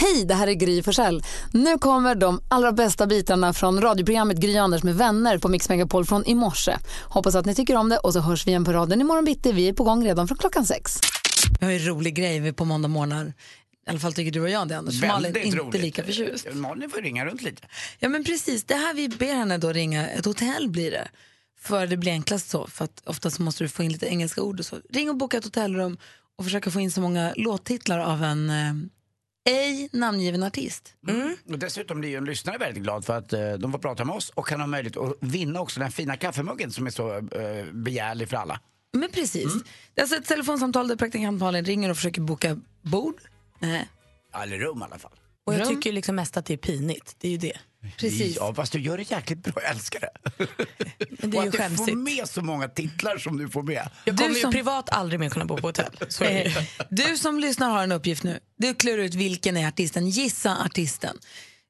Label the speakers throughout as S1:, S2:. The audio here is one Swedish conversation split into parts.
S1: Hej, det här är Gry Forssell. Nu kommer de allra bästa bitarna från radioprogrammet Gry Anders med vänner på Mix Megapol från i morse. Hoppas att ni tycker om det och så hörs vi igen på raden imorgon bitti. Vi är på gång redan från klockan sex. Vi har ju en rolig grej vi på måndag morgnar. I alla fall tycker du och jag det Anders. Malin är inte lika förtjust.
S2: Eh, Malin får ringa runt lite.
S1: Ja men precis, det här vi ber henne då ringa, ett hotell blir det. För det blir enklast så, för att ofta så måste du få in lite engelska ord och så. Ring och boka ett hotellrum och försöka få in så många låttitlar av en eh, ej namngiven artist.
S2: Och dessutom blir ju en lyssnare väldigt glad för att eh, de får prata med oss och kan ha möjlighet att vinna också den fina kaffemuggen som är så eh, begärlig för alla.
S1: Men precis.
S2: Mm.
S1: Det är alltså ett telefonsamtal där praktikant Malin ringer och försöker boka bord. Nej,
S2: Eller rum i alla fall.
S3: Och jag
S1: Rum.
S3: tycker ju liksom mest att det är pinigt. Det är ju det.
S1: precis.
S2: Ja, fast du gör det jäkligt bra, jag älskar det.
S3: Men det
S2: och
S3: är
S2: att
S3: ju
S2: du får
S3: skämsigt.
S2: med så många titlar som du får med.
S3: Jag
S1: Du
S3: kommer ju
S1: som-
S3: privat aldrig mer kunna bo på hotell. Så är det ju.
S1: Eh, Du som lyssnar har en uppgift nu. Du klurar ut vilken är artisten. Gissa artisten.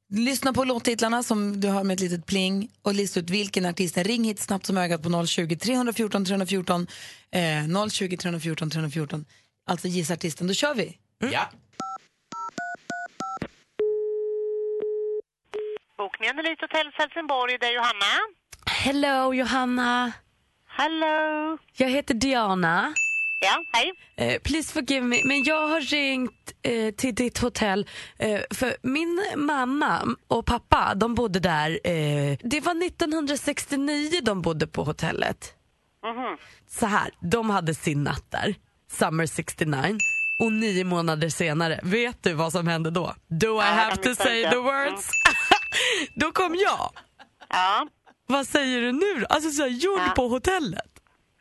S1: Lyssna på låttitlarna som du har med ett litet pling och lista ut vilken artist är. Ring hit snabbt som ögat på 020 314 314. Eh, 020 314 314. Alltså gissa artisten. Då kör vi.
S2: Ja.
S4: Bokningen Elite Hotell Helsingborg, det är Johanna.
S5: Hello Johanna.
S4: Hello!
S5: Jag heter Diana.
S4: Ja, hej.
S5: Eh, please forgive me, men jag har ringt eh, till ditt hotell eh, för min mamma och pappa, de bodde där. Eh, det var 1969 de bodde på hotellet. Så här, de hade sin natt där, Summer 69. Och nio månader senare, vet du vad som hände då? Do I
S4: jag
S5: have
S4: kan
S5: to
S4: misstänka.
S5: say the words? då kom jag.
S4: Ja,
S5: Vad säger du nu då? Alltså så här, gjord på hotellet.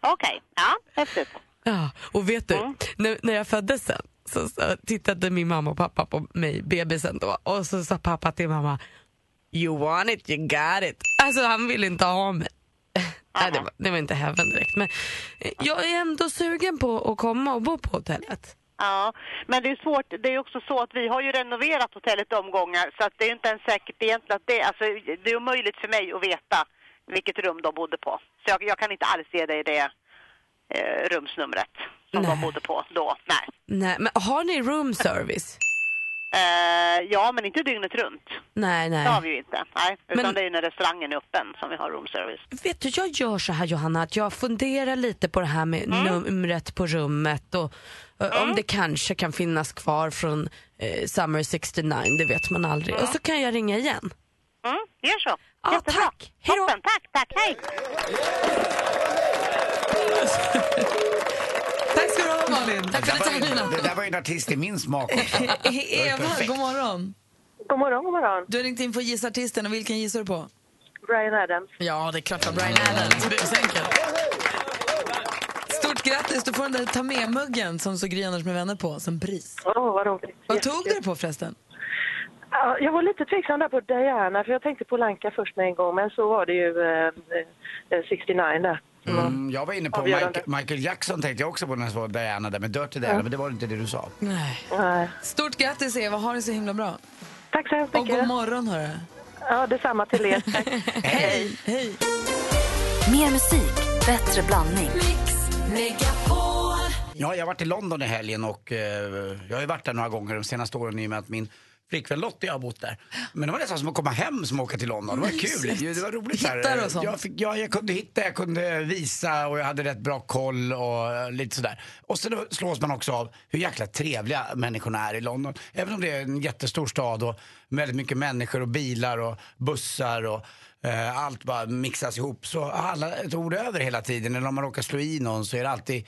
S4: okej. Ja, häftigt.
S5: Ja, och vet du, när, när jag föddes sen så, så tittade min mamma och pappa på mig, bebisen då, och så sa pappa till mamma You want it, you got it. Alltså han ville inte ha mig. Nej, det, var, det var inte heaven direkt. Men eh, jag är ändå sugen på att komma och bo på hotellet.
S4: Ja, men det är svårt. Det är också så att vi har ju renoverat hotellet omgångar så att det är inte ens säkert egentligen att det... Alltså, det är omöjligt för mig att veta vilket rum de bodde på. Så jag, jag kan inte alls ge dig det eh, rumsnumret som de
S5: Nej.
S4: bodde på då. Nej.
S5: Nej, men har ni room service?
S4: Eh, ja, men inte dygnet runt.
S5: Nej,
S4: Det har
S5: nej.
S4: vi ju inte. Nej, utan
S5: Men-
S4: det är ju när restaurangen är öppen som vi har roomservice.
S5: Vet du, jag gör så här Johanna, att jag funderar lite på det här med numret på rummet och eh, om det kanske kan finnas kvar från eh, Summer 69, det vet man aldrig. Och så kan jag ringa igen.
S4: Mm, gör så.
S5: Ja,
S4: Jättebra.
S5: tack. Hej då.
S4: Toppen, tack, tack. Hej.
S1: Tack ska du ha Malin. Tack
S2: Det, där
S1: för att du
S2: var, ju- det
S1: tog
S2: där var ju en artist i min smak också.
S1: Eva, god morgon.
S6: God morgon, god morgon.
S1: Du har ringt in för att gissa artisten och vilken gissar du på?
S6: Brian Adams.
S3: Ja, det är klart att Brian Adams busenkelt.
S1: Stort grattis, du får den där ta med-muggen som så Gry Anders med vänner på som pris.
S6: Åh, vad roligt.
S1: Vad tog du det på förresten?
S6: Ja, jag var lite tveksam där på Diana, för jag tänkte på Lanka först med en gång, men så var det ju eh, eh, 69 där.
S2: Mm, jag var inne på
S6: Avgörande.
S2: Michael, Michael Jackson tänkte jag också på när jag var Diana där med Dirty Diana, men det var inte det du sa.
S1: Nej.
S6: Nej.
S1: Stort grattis Eva, ha det så himla bra.
S6: Tack så hemskt
S1: Och god
S6: mycket.
S1: morgon hörru.
S6: Ja, detsamma till er. Tack.
S1: Hej! Hej!
S7: Mer musik, bättre blandning.
S2: Ja, jag har varit i London i helgen och eh, jag har ju varit där några gånger de senaste åren i och med att min flickvän Lottie har bott där. Men det var nästan som att komma hem som att åka till London. Det var kul.
S1: Mysigt.
S2: Ju, Det var roligt
S1: Hittar du och
S2: där.
S1: sånt?
S2: Jag, fick, ja, jag kunde hitta, jag kunde visa och jag hade rätt bra koll och eh, lite sådär. Och sen då slås man också av hur jäkla trevliga människorna är i London. Även om det är en jättestor stad och väldigt mycket människor och bilar och bussar och eh, allt bara mixas ihop så har alla ett ord över hela tiden. Eller om man råkar slå i någon så är det alltid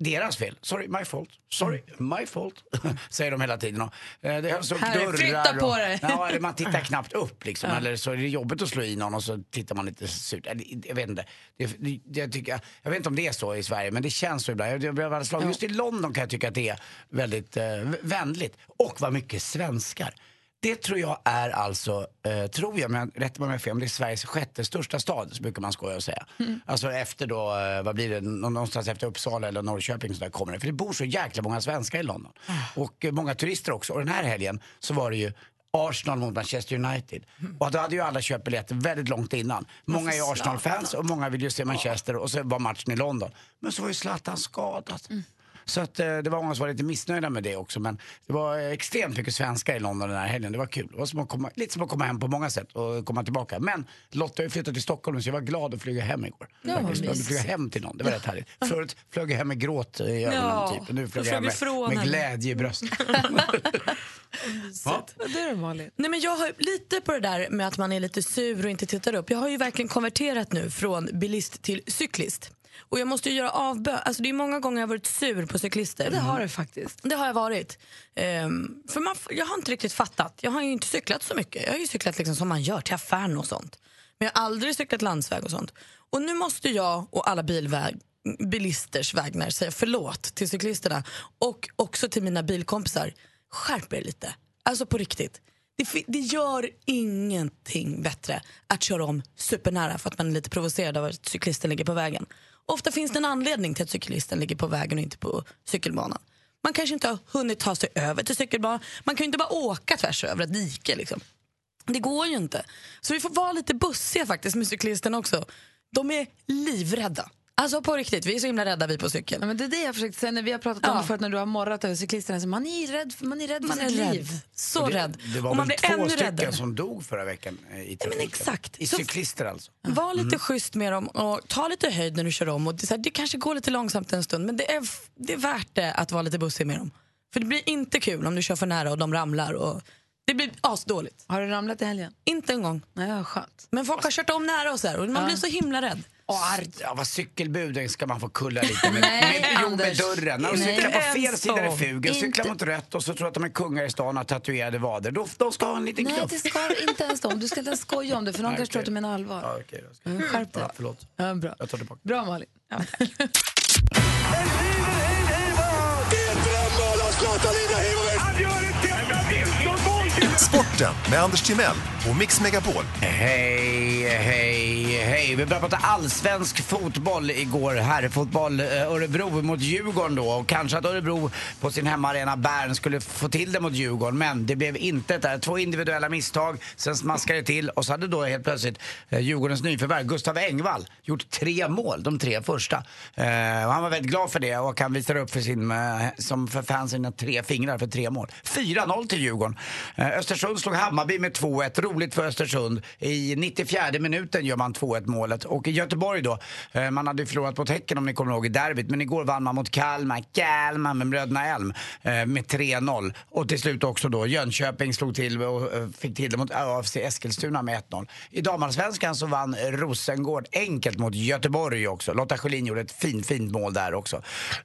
S2: deras fel. Sorry, my fault. Sorry, my fault. Säger de hela tiden. Och, eh, det hölls upp
S1: Här,
S2: dörrar.
S1: flytta på
S2: och,
S1: dig.
S2: Ja, eller man tittar knappt upp liksom. Eller så är det jobbigt att slå i någon och så tittar man lite surt. Eller, Jag vet inte. Det, det, jag, tycker, jag- jag vet inte om det är så i Sverige, men det känns så ibland. Jag, jag, jag, jag, just i London kan jag tycka att det är väldigt eh, vänligt. Och vad mycket svenskar. Det tror jag är alltså, eh, tror jag, men rätta mig om jag har fel, men det är Sveriges sjätte största stad, så brukar man skoja och säga. Alltså efter då, eh, vad blir det, Nå- någonstans efter Uppsala eller Norrköping så där kommer det. För det bor så jäkla många svenskar i London. Och eh, många turister också. Och den här helgen så var det ju Arsenal mot Manchester United. Och då hade ju alla köpt biljetter väldigt långt innan. Många är ju Arsenal-fans och många vill ju se Manchester och så var matchen i London. Men så var ju Zlatan skadad. Så att, eh, det var många som var lite missnöjda med det också. Men det var eh, extremt mycket svenskar i London den här helgen. Det var kul. Det var som att komma, lite som att komma hem på många sätt och komma tillbaka. Men Lotta har ju flyttat till Stockholm så jag var glad att flyga hem igår. Ja, jag behövde flyga hem till någon. Det var rätt härligt. Förut flög jag hem med gråt i ögonen
S5: Ja,
S2: typ. Och Nu
S5: du
S2: flög
S5: flög
S2: jag hem
S5: ifrån
S2: med, med
S5: henne.
S2: glädje i bröstet. Ja.
S8: Det är Malin.
S5: Nej, men jag har lite på det där med att man är lite sur och inte tittar upp. Jag har ju verkligen konverterat nu från bilist till cyklist. Och jag måste ju göra avbön. Alltså det är många gånger jag har varit sur på cyklister.
S8: Det har du faktiskt.
S5: Det har jag varit. Ehm, för man, f- jag har inte riktigt fattat. Jag har ju inte cyklat så mycket. Jag har ju cyklat liksom som man gör till affären och sånt. Men jag har aldrig cyklat landsväg och sånt. Och nu måste jag och alla bilväg, bilisters vägnar säga förlåt till cyklisterna och också till mina bilkompisar. Skärp er lite. Alltså på riktigt. Det, fi- det gör ingenting bättre att köra om supernära för att man är lite provocerad av att cyklisten ligger på vägen. Ofta finns det en anledning till att cyklisten ligger på vägen och inte på cykelbanan. Man kanske inte har hunnit ta sig över till cykelbanan. Man kan ju inte bara åka tvärs över ett dike. Liksom. Det går ju inte. Så vi får vara lite bussiga faktiskt med cyklisterna också. De är livrädda. Alltså på riktigt, vi är så himla rädda vi på cykeln.
S8: Ja, men det är det jag försökte säga när vi har pratat om
S5: Ja.
S8: det förut när du har morrat över cyklisterna. Så man är ju rädd för, man är rädd för
S5: Man är
S8: sitt
S5: rädd.
S8: liv.
S5: Så
S2: Och det-
S5: rädd.
S2: Det var
S5: och man
S2: väl
S5: blir
S2: två
S5: ännu
S2: stycken
S5: räddare.
S2: som dog förra veckan eh, i trafiken.
S5: exakt.
S2: I
S5: Så-
S2: cyklister alltså.
S5: Var lite schysst med dem och ta lite höjd när du kör om. Och det, är så här, det kanske går lite långsamt en stund men det är, f- det är värt det att vara lite bussig med dem. För det blir inte kul om du kör för nära och de ramlar. Och det blir asdåligt.
S8: Har du ramlat i helgen?
S5: Inte en gång.
S8: Nej, vad skönt.
S5: Men folk har kört om nära och så här, och man blir så himla rädd.
S2: Ja, vad cykelbuden ska man få kulla lite med. med, jo, med
S8: Anders.
S2: dörren. När de
S8: Inte
S2: cyklar på fel
S5: ens
S2: sida
S5: så.
S2: refugen, cyklar
S8: Inte-
S2: mot rött och så tror att de är kungar i stan och har tatuerade vader. Då, de ska ha en liten
S8: Nej,
S2: knuff.
S8: det ska du inte ens om. Du ska inte ens skoja om det för någon kanske
S2: okej.
S8: tror att du menar
S2: Ja,
S8: allvar.
S2: okej, jag ska-
S5: Mm.
S8: Men Skärp dig.
S2: Ja, förlåt.
S8: Ja, bra.
S2: Jag tar tillbaka.
S8: Bra Malin.
S9: Sporten med Anders Timell och Mix Megapol.
S2: Hej, hej, hej. Vi började prata allsvensk fotboll igår. Herrfotboll. Eh, Örebro mot Djurgården då. Och kanske att Örebro på sin hemmaarena Bern skulle få till det mot Djurgården. Men det blev inte där. Två individuella misstag. Sen smaskade det till. Och så hade då helt plötsligt eh, Djurgårdens nyförvärv Gustav Engvall gjort tre mål. De tre första. Eh, och han var väldigt glad för det och han visade upp för sin, eh, som för fansen, tre fingrar för tre mål. 4-0 till Djurgården. Eh, Östersund slog Hammarby med 2-1. Roligt för Östersund. I 94 minuten gör man 2-1 målet. Och i Göteborg då, eh, man hade ju förlorat mot Häcken om ni kommer ihåg i derbyt, men igår vann man mot Kalmar, Kalmar med Bröderna Elm eh, med 3-0. Och till slut också då Jönköping slog till och eh, fick till det mot AFC Eskilstuna med 1-0. I damallsvenskan så vann Rosengård enkelt mot Göteborg också. Lotta Schelin gjorde ett fint, fint mål där också.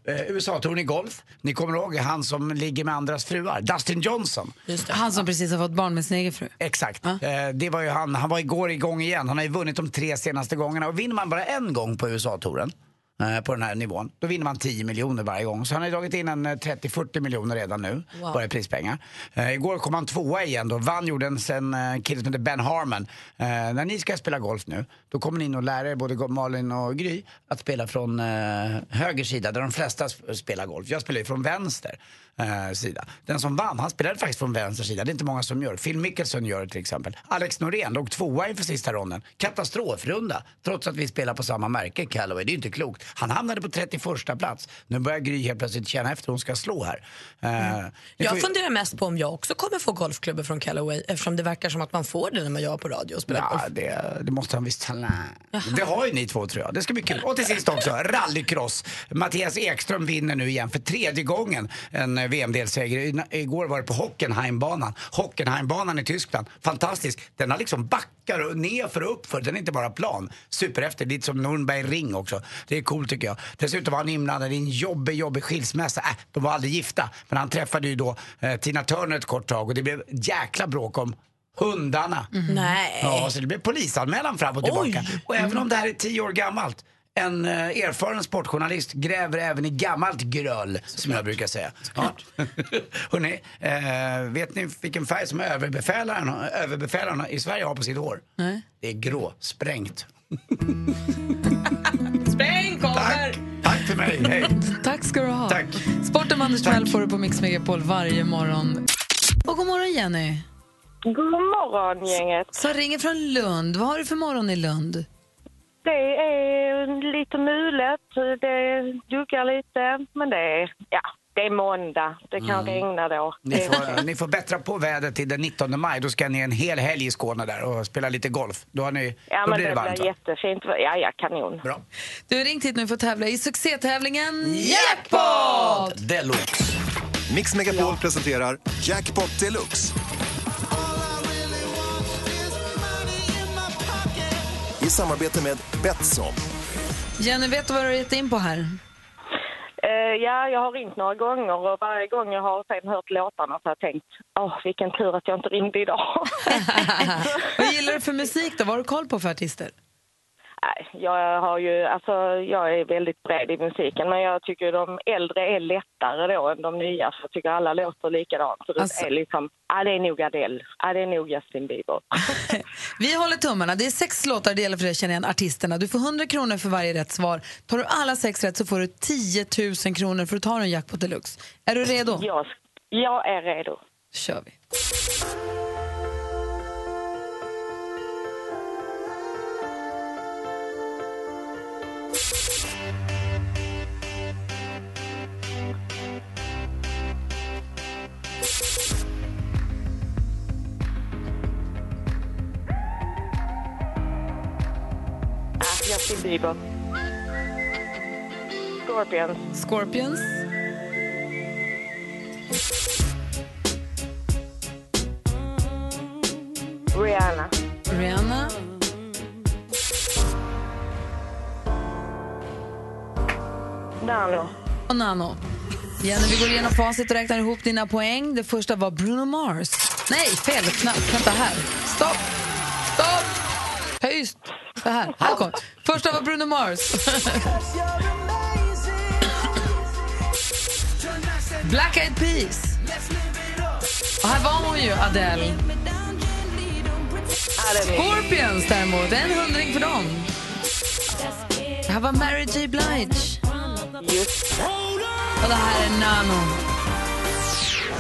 S2: Eh, USA-touren i golf, ni kommer ihåg han som ligger med andras fruar, Dustin Johnson.
S8: Han som precis har fått barn med sin egen fru.
S2: Exakt. Eh, det var ju han. Han var igår igång igen. Han har ju vunnit de tre senaste gångerna. Och vinner man bara en gång på USA-touren eh, på den här nivån, då vinner man 10 miljoner varje gång. Så han har ju dragit in en eh, 30-40 miljoner redan nu, bara i prispengar. Eh, igår kom han tvåa igen då. Vann gjorde en sen eh, kille som heter Ben Harmon. Eh, när ni ska spela golf nu, då kommer ni in och lär er, både Malin och Gry, att spela från eh, höger sida, där de flesta sp- spelar golf. Jag spelar ju från vänster eh, sida. Den som vann, han spelade faktiskt från vänster sida. Det är inte många som gör. Phil Mickelson gör det till exempel. Alex Norén låg tvåa inför sista ronden. Katastrofrunda, trots att vi spelar på samma märke, Callaway. Det är ju inte klokt. Han hamnade på 31 plats. Nu börjar Gry helt plötsligt känna efter hon ska slå här. Eh, ni får
S5: Jag
S2: ju-
S5: funderar mest på om jag också kommer få golfklubbor från Callaway eftersom det verkar som att man får det när man gör på radio och spelar
S2: Ja,
S5: golf.
S2: det, det måste han visst. Nej. Det har ju ni två tror jag. Det ska bli kul. Och till sist också, rallycross. Mattias Ekström vinner nu igen för tredje gången en eh, VM-delseger. I- Igår var det på Hockenheimbanan. Hockenheimbanan i Tyskland. Fantastisk. Den har liksom backar och ner för och upp för. Den är inte bara plan. Superhäftig. Lite som Nürnberg Ring också. Det är coolt tycker jag. Dessutom var han inblandad i en jobbig, jobbig skilsmässa. Äh, de var aldrig gifta. Men han träffade ju då eh, Tina Turner ett kort tag och det blev ett jäkla bråk om hundarna.
S5: Nej.
S1: Mm.
S2: Ja, så det blev polisanmälan fram och tillbaka. Och även om det här är tio år gammalt En eh, erfaren sportjournalist gräver även i gammalt gröl, som jag brukar säga. Ja. Hörrni, eh, vet ni vilken färg som överbefälaren, överbefälaren i Sverige har på sitt hår?
S1: Nej.
S2: Det är grå, sprängt.
S1: Spräng kommer!
S2: Tack för mig, hej!
S1: Tack ska du ha.
S2: Tack.
S1: Sporten med Anders Timell får du på Mix Megapol varje morgon. Och god morgon Jenny,
S10: God morgon gänget.
S1: som ringer från Lund. Vad har du för morgon i Lund?
S10: Det är lite mulet, det juggar lite, men det är, ja, det är måndag. Det kan regna då.
S2: Mm. Ni
S10: Det-
S1: Eh.
S2: får, ni får bättra på vädret till den 19 maj. Då ska ni en hel helg i Skåne där och spela lite golf. Då, har ni,
S10: Ja,
S2: då
S10: men
S2: blir det
S10: det
S2: varmt
S10: blir
S2: va?
S10: jättefint. Ja, ja, kanon.
S2: Bra.
S1: Du har ringt hit nu för att tävla i succétävlingen
S10: Jackpot!
S2: Deluxe.
S11: Mix Megapol presenterar Jackpot Deluxe. I samarbete med Betsson.
S1: Jenny, vet du vad du har gett in på här?
S10: Eh, ja, jag har ringt några gånger och varje gång jag har sen hört låtarna så har jag tänkt, åh, vilken tur att jag inte ringde idag.
S1: Vad gillar du för musik då? Vad har du koll på för artister?
S10: Nej, jag har ju, alltså jag är väldigt bred i musiken men jag tycker de äldre är lättare då än de nya så jag tycker alla låter likadant. Så
S1: Alltså-
S10: det är liksom, ja det är nog Adele, ja det är nog Justin Bieber.
S1: Vi håller tummarna. Det är sex låtar, det gäller för dig att känna igen artisterna. Du får 100 kronor för varje rätt svar. Tar du alla sex rätt så får du 10 000 kronor för att ta en jackpot deluxe. Är du redo?
S10: Jag, jag är redo.
S1: kör vi.
S10: Ja, Ah, Justin Bieber. Scorpions.
S1: Scorpions.
S10: Rihanna.
S1: Rihanna.
S10: Nano.
S1: och Nano. Jenny, vi går igenom facit och räknar ihop dina poäng. Det första var Bruno Mars. Nej, fel knapp. Vänta här. Stopp! Stopp! Höjst! Så här. här kom. Första var Bruno Mars. Black Eyed Peas. Och här var hon ju, Adele. Scorpions däremot, en hundring för dem. Det här var Mary J Blige. Och det här är Nano.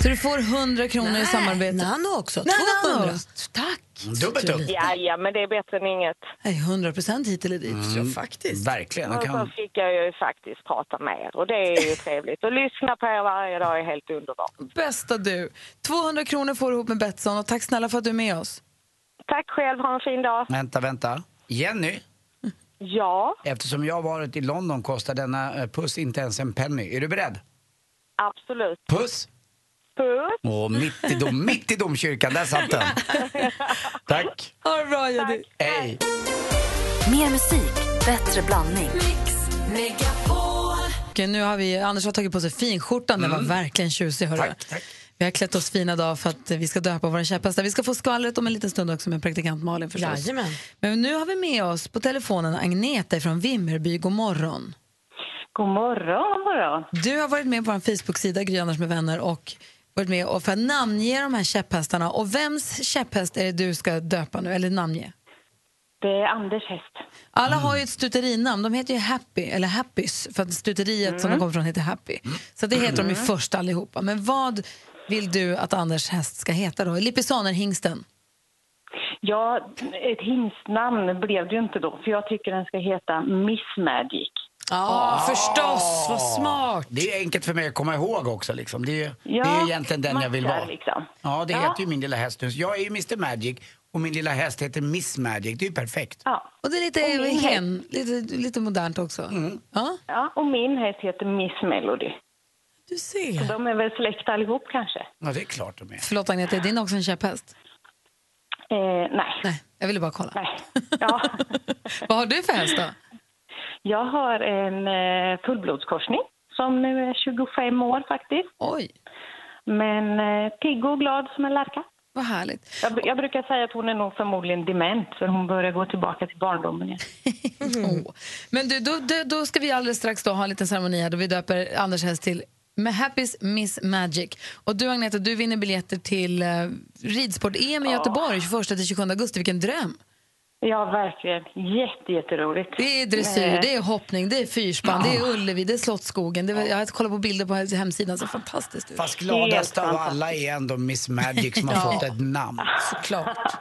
S1: Så du får 100 kronor i samarbete.
S6: Nano också,
S1: Nej,
S6: 200.
S1: Nano. Tack!
S2: Dubbelt upp.
S10: Ja, ja, men det är bättre än inget.
S1: Nej, 100 procent hit eller dit.
S6: Ja, faktiskt.
S2: Verkligen. De
S10: Och så
S2: Kan...
S10: fick jag ju faktiskt prata med er och det är ju trevligt. Och lyssna på er varje dag är helt underbart.
S1: Bästa du. 200 kronor får du ihop med Betsson och tack snälla för att du är med oss.
S10: Tack själv, ha en fin dag.
S2: Vänta, vänta. Jenny,
S10: Ja,
S2: eftersom jag varit i London kostar denna eh, puss inte ens en penny. Är du beredd?
S10: absolut.
S2: Puss!
S10: Puss.
S2: Och mitt i, dom, mitt i domkyrkan, där satt den. Tack.
S1: Ha det bra, Jenny.
S2: Hej.
S5: Mer musik, bättre blandning.
S1: Okej, nu har vi, Anders har tagit på sig finskjortan. Den var verkligen tjusig. Hörru.
S2: Tack, tack.
S1: Vi har klätt oss fina dag för att eh, vi ska döpa våra käpphästar. Vi ska få skvallret om en liten stund också med praktikant Malin förstås.
S6: Jajamän.
S1: Men nu har vi med oss på telefonen Agneta från Vimmerby. God morgon.
S10: God morgon, god morgon.
S1: Du har varit med på vår Facebook-sida Gry Anders med vänner och varit med och för att namnge de här käpphästarna. Och vems käpphäst är det du ska döpa nu, eller namnge?
S10: Det är Anders häst.
S1: Alla har ju ett stuterinamn. De heter ju Happy, eller Happys, för att stuteriet som de kommer från heter Happy. Så det heter de ju först allihopa. Men vad vill du att Anders häst ska heta då? Lippisanerhingsten?
S10: Ja, ett hingstnamn blev det ju inte då, för jag tycker den ska heta Miss Magic.
S6: Ja, förstås. Vad smart.
S2: Det är enkelt för mig att komma ihåg också. Liksom. Det, är, ju- det är ju egentligen den jag vill
S10: matchar
S2: vara.
S10: Liksom.
S2: Ja, det
S10: Ja.
S2: heter ju min lilla häst nu. Så Jag är ju Mr Magic och min lilla häst heter Miss Magic. Det är ju perfekt.
S10: Ja.
S1: Och det är lite,
S10: Och min
S1: hen, lite, lite modernt också. Ja,
S10: ja, och min häst heter Miss Melody.
S6: Du ser.
S10: De är väl släkt allihop kanske?
S2: Ja, det är klart de är.
S1: förlåt Agneta, är din också en käpphäst?
S10: Eh, nej.
S1: Nej, jag ville bara kolla.
S10: nej. Ja.
S1: vad har du för häst då?
S10: Jag har en eh, fullblodskorsning som nu är 25 år faktiskt.
S1: Oj.
S10: Men eh, pigg och glad som en lärka.
S1: Vad härligt.
S6: Jag, jag brukar säga att hon är nog förmodligen dement för hon börjar gå tillbaka till barndomen igen.
S1: Åh. Men du, då, då, då ska vi alldeles strax då ha en liten ceremoni här då vi döper Anders häst till med Happys Miss Magic. Och du Agneta, du vinner biljetter till eh, ridsport-EM i Göteborg 21-27 augusti. Vilken dröm!
S6: Ja, verkligen. Jätte, jätteroligt. Eh,
S1: Det är dressyr, det är hoppning, det är fyrspann, det är Ullevi, det är Slottsskogen. Det var, jag har kollat på bilder på hemsidan, så fantastiskt ut.
S2: Fast gladast av alla är ändå Miss Magic som har
S1: Ja.
S2: fått ett namn.
S1: Såklart.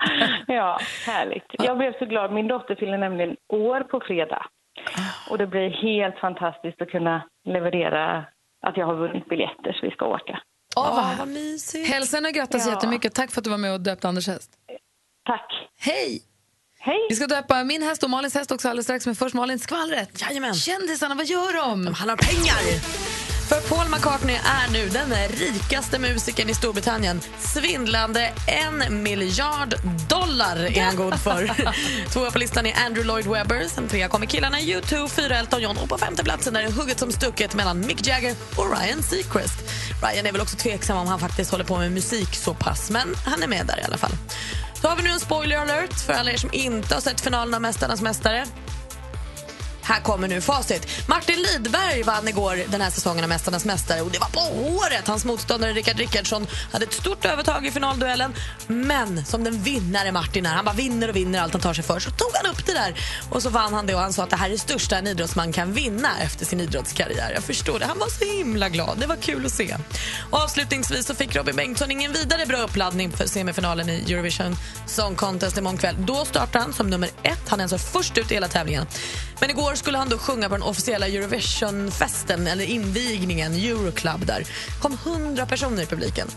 S6: ja, härligt. Jag blev så glad. Min dotter fyller nämligen år på fredag.
S1: Ah.
S6: Och det blir helt fantastiskt att kunna leverera att jag har vunnit biljetter så vi ska åka.
S1: Åh, vad, vad mysigt! Hälsa henne och grattas jättemycket. Tack för att du var med och döpte Anders häst.
S6: Tack.
S1: Hej!
S6: Hej!
S1: Vi ska döpa min häst och Malins häst också alldeles strax, men först Malin, skvallret. Jajamän. Kändisarna, vad gör de? De
S5: handlar om pengar. För Paul McCartney är nu den rikaste musikern i Storbritannien. Svindlande en miljard dollar är han god för. Tvåa på listan är Andrew Lloyd Webber. Sen trea kommer killarna U2, fyra Elton John och på femte platsen är det hugget som stucket mellan Mick Jagger och Ryan Seacrest. Ryan är väl också tveksam om han faktiskt håller på med musik så pass, men han är med där i alla fall. Då har vi nu en spoiler alert för alla er som inte har sett finalen av Mästarnas mästare. Här kommer nu facit. Martin Lidberg vann igår den här säsongen av Mästarnas mästare och det var på håret. Hans motståndare Rickard Rickardsson hade ett stort övertag i finalduellen. Men som den vinnare Martin är, han bara vinner och vinner allt han tar sig för, så tog han upp det där. Och så vann han det och han sa att det här är det största en idrottsman kan vinna efter sin idrottskarriär. Jag förstår det. Han var så himla glad. Det var kul att se. Och avslutningsvis så fick Robin Bengtsson ingen vidare bra uppladdning för semifinalen i Eurovision Song Contest imorgon kväll. Då startar han som nummer ett. Han är alltså först ut i hela tävlingen. Men igår skulle han då sjunga på den officiella Eurovisionfesten, eller invigningen, Euroclub där. kom 100 personer i publiken.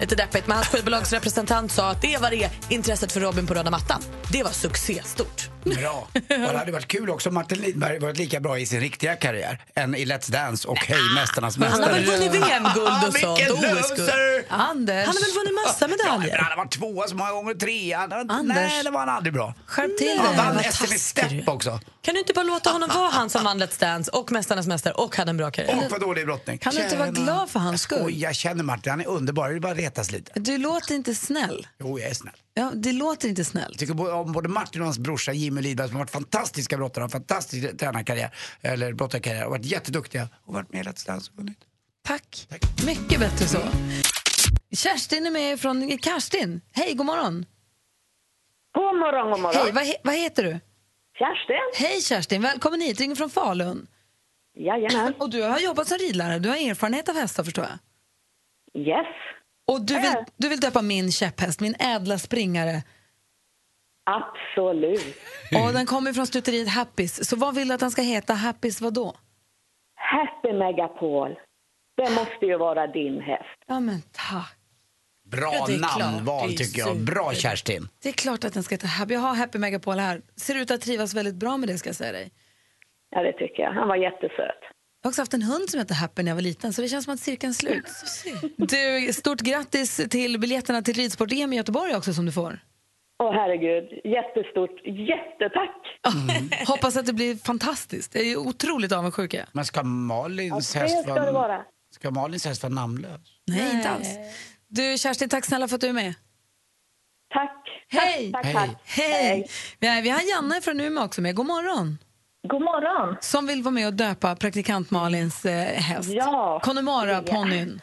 S5: Lite deppigt, men hans skivbolagsrepresentant sa att det var det intresset för Robin på röda mattan. Det var succéstort.
S2: Bra. Och det hade varit kul också om Martin Lidberg varit lika bra i sin riktiga karriär än i Let's Dance och Hej Mästarnas
S5: Men han
S2: Mästare.
S5: har väl vunnit VM-guld och
S2: Ah,
S5: sånt.
S2: vilken
S5: och OS-guld.
S2: loser!
S1: Anders.
S5: Han har väl vunnit massa medaljer?
S2: Han har varit tvåa så många gånger, trea. Han har inte-
S5: Anders.
S2: Nej, det var han aldrig bra.
S1: Skärp till
S2: Han
S5: dig.
S2: vann
S5: Vad
S2: SM i step också.
S5: Kan du inte bara låta honom vara han som vann Let's Dance och Mästarnas mästare och hade en bra karriär?
S2: Och vad dålig i brottning.
S1: Kan du inte vara
S2: Tjena.
S1: glad för hans skull?
S2: Oj, jag känner Martin. Han är underbar. Det är bara att retas lite.
S1: Du låter inte snäll.
S2: Jo, jag är snäll.
S1: Ja, det låter inte snällt.
S2: Jag tycker bo- om både Martin och hans brorsa Jimmy Lidberg som har varit fantastiska brottare, har en fantastisk tränarkarriär, eller brottarkarriär, och varit jätteduktiga och varit med i Let's Dance och vunnit.
S1: Tack. Mycket bättre så. Kerstin är med från Kerstin. Hej, god morgon.
S10: God morgon, god morgon.
S1: Hej, vad, he- vad heter du?
S10: Kerstin.
S1: Hej Kerstin, välkommen hit. Ringer från Falun.
S10: Jajamän.
S1: Och du har jobbat som ridlärare, du har erfarenhet av hästar förstår jag.
S10: Yes.
S1: Och du vill, du vill döpa min käpphäst, min ädla springare.
S10: Absolut.
S1: Och den kommer från stuteriet Happys. Så vad vill du att den ska heta? Happys vadå?
S10: Happy Megapol. Det måste ju vara din häst.
S1: Ja men tack.
S2: Bra
S1: Ja, det är klart. Det
S2: namnval
S1: är
S2: tycker jag. Bra Kerstin.
S1: Det är klart att den ska heta Happy. Jag har Happy Megapol här. Ser ut att trivas väldigt bra med det ska jag säga dig.
S10: Ja, det tycker jag. Han var jättesöt.
S1: Jag har också haft en hund som hette Happy när jag var liten, så det känns som att cirkeln är slut. Du, stort grattis till biljetterna till ridsport-EM i Göteborg också som du får.
S10: Åh herregud, jättestort. Jättetack!
S1: Mm. Hoppas att det blir fantastiskt. Jag är otroligt avundsjuk. jag.
S2: Men ska Malins
S1: Ja, det
S2: häst
S1: ska det vara.
S2: Ska Malins häst vara namnlös?
S1: Nej, inte alls. Du, Kerstin, tack snälla för att du är med.
S10: Tack.
S1: Hej!
S10: Tack, tack, tack.
S1: Hej! Nej, Vi har Janne från Umeå också med. God morgon!
S10: God morgon!
S1: Som vill vara med och döpa praktikant Malins eh, häst.
S10: Ja.
S1: Connemara, ponnyn.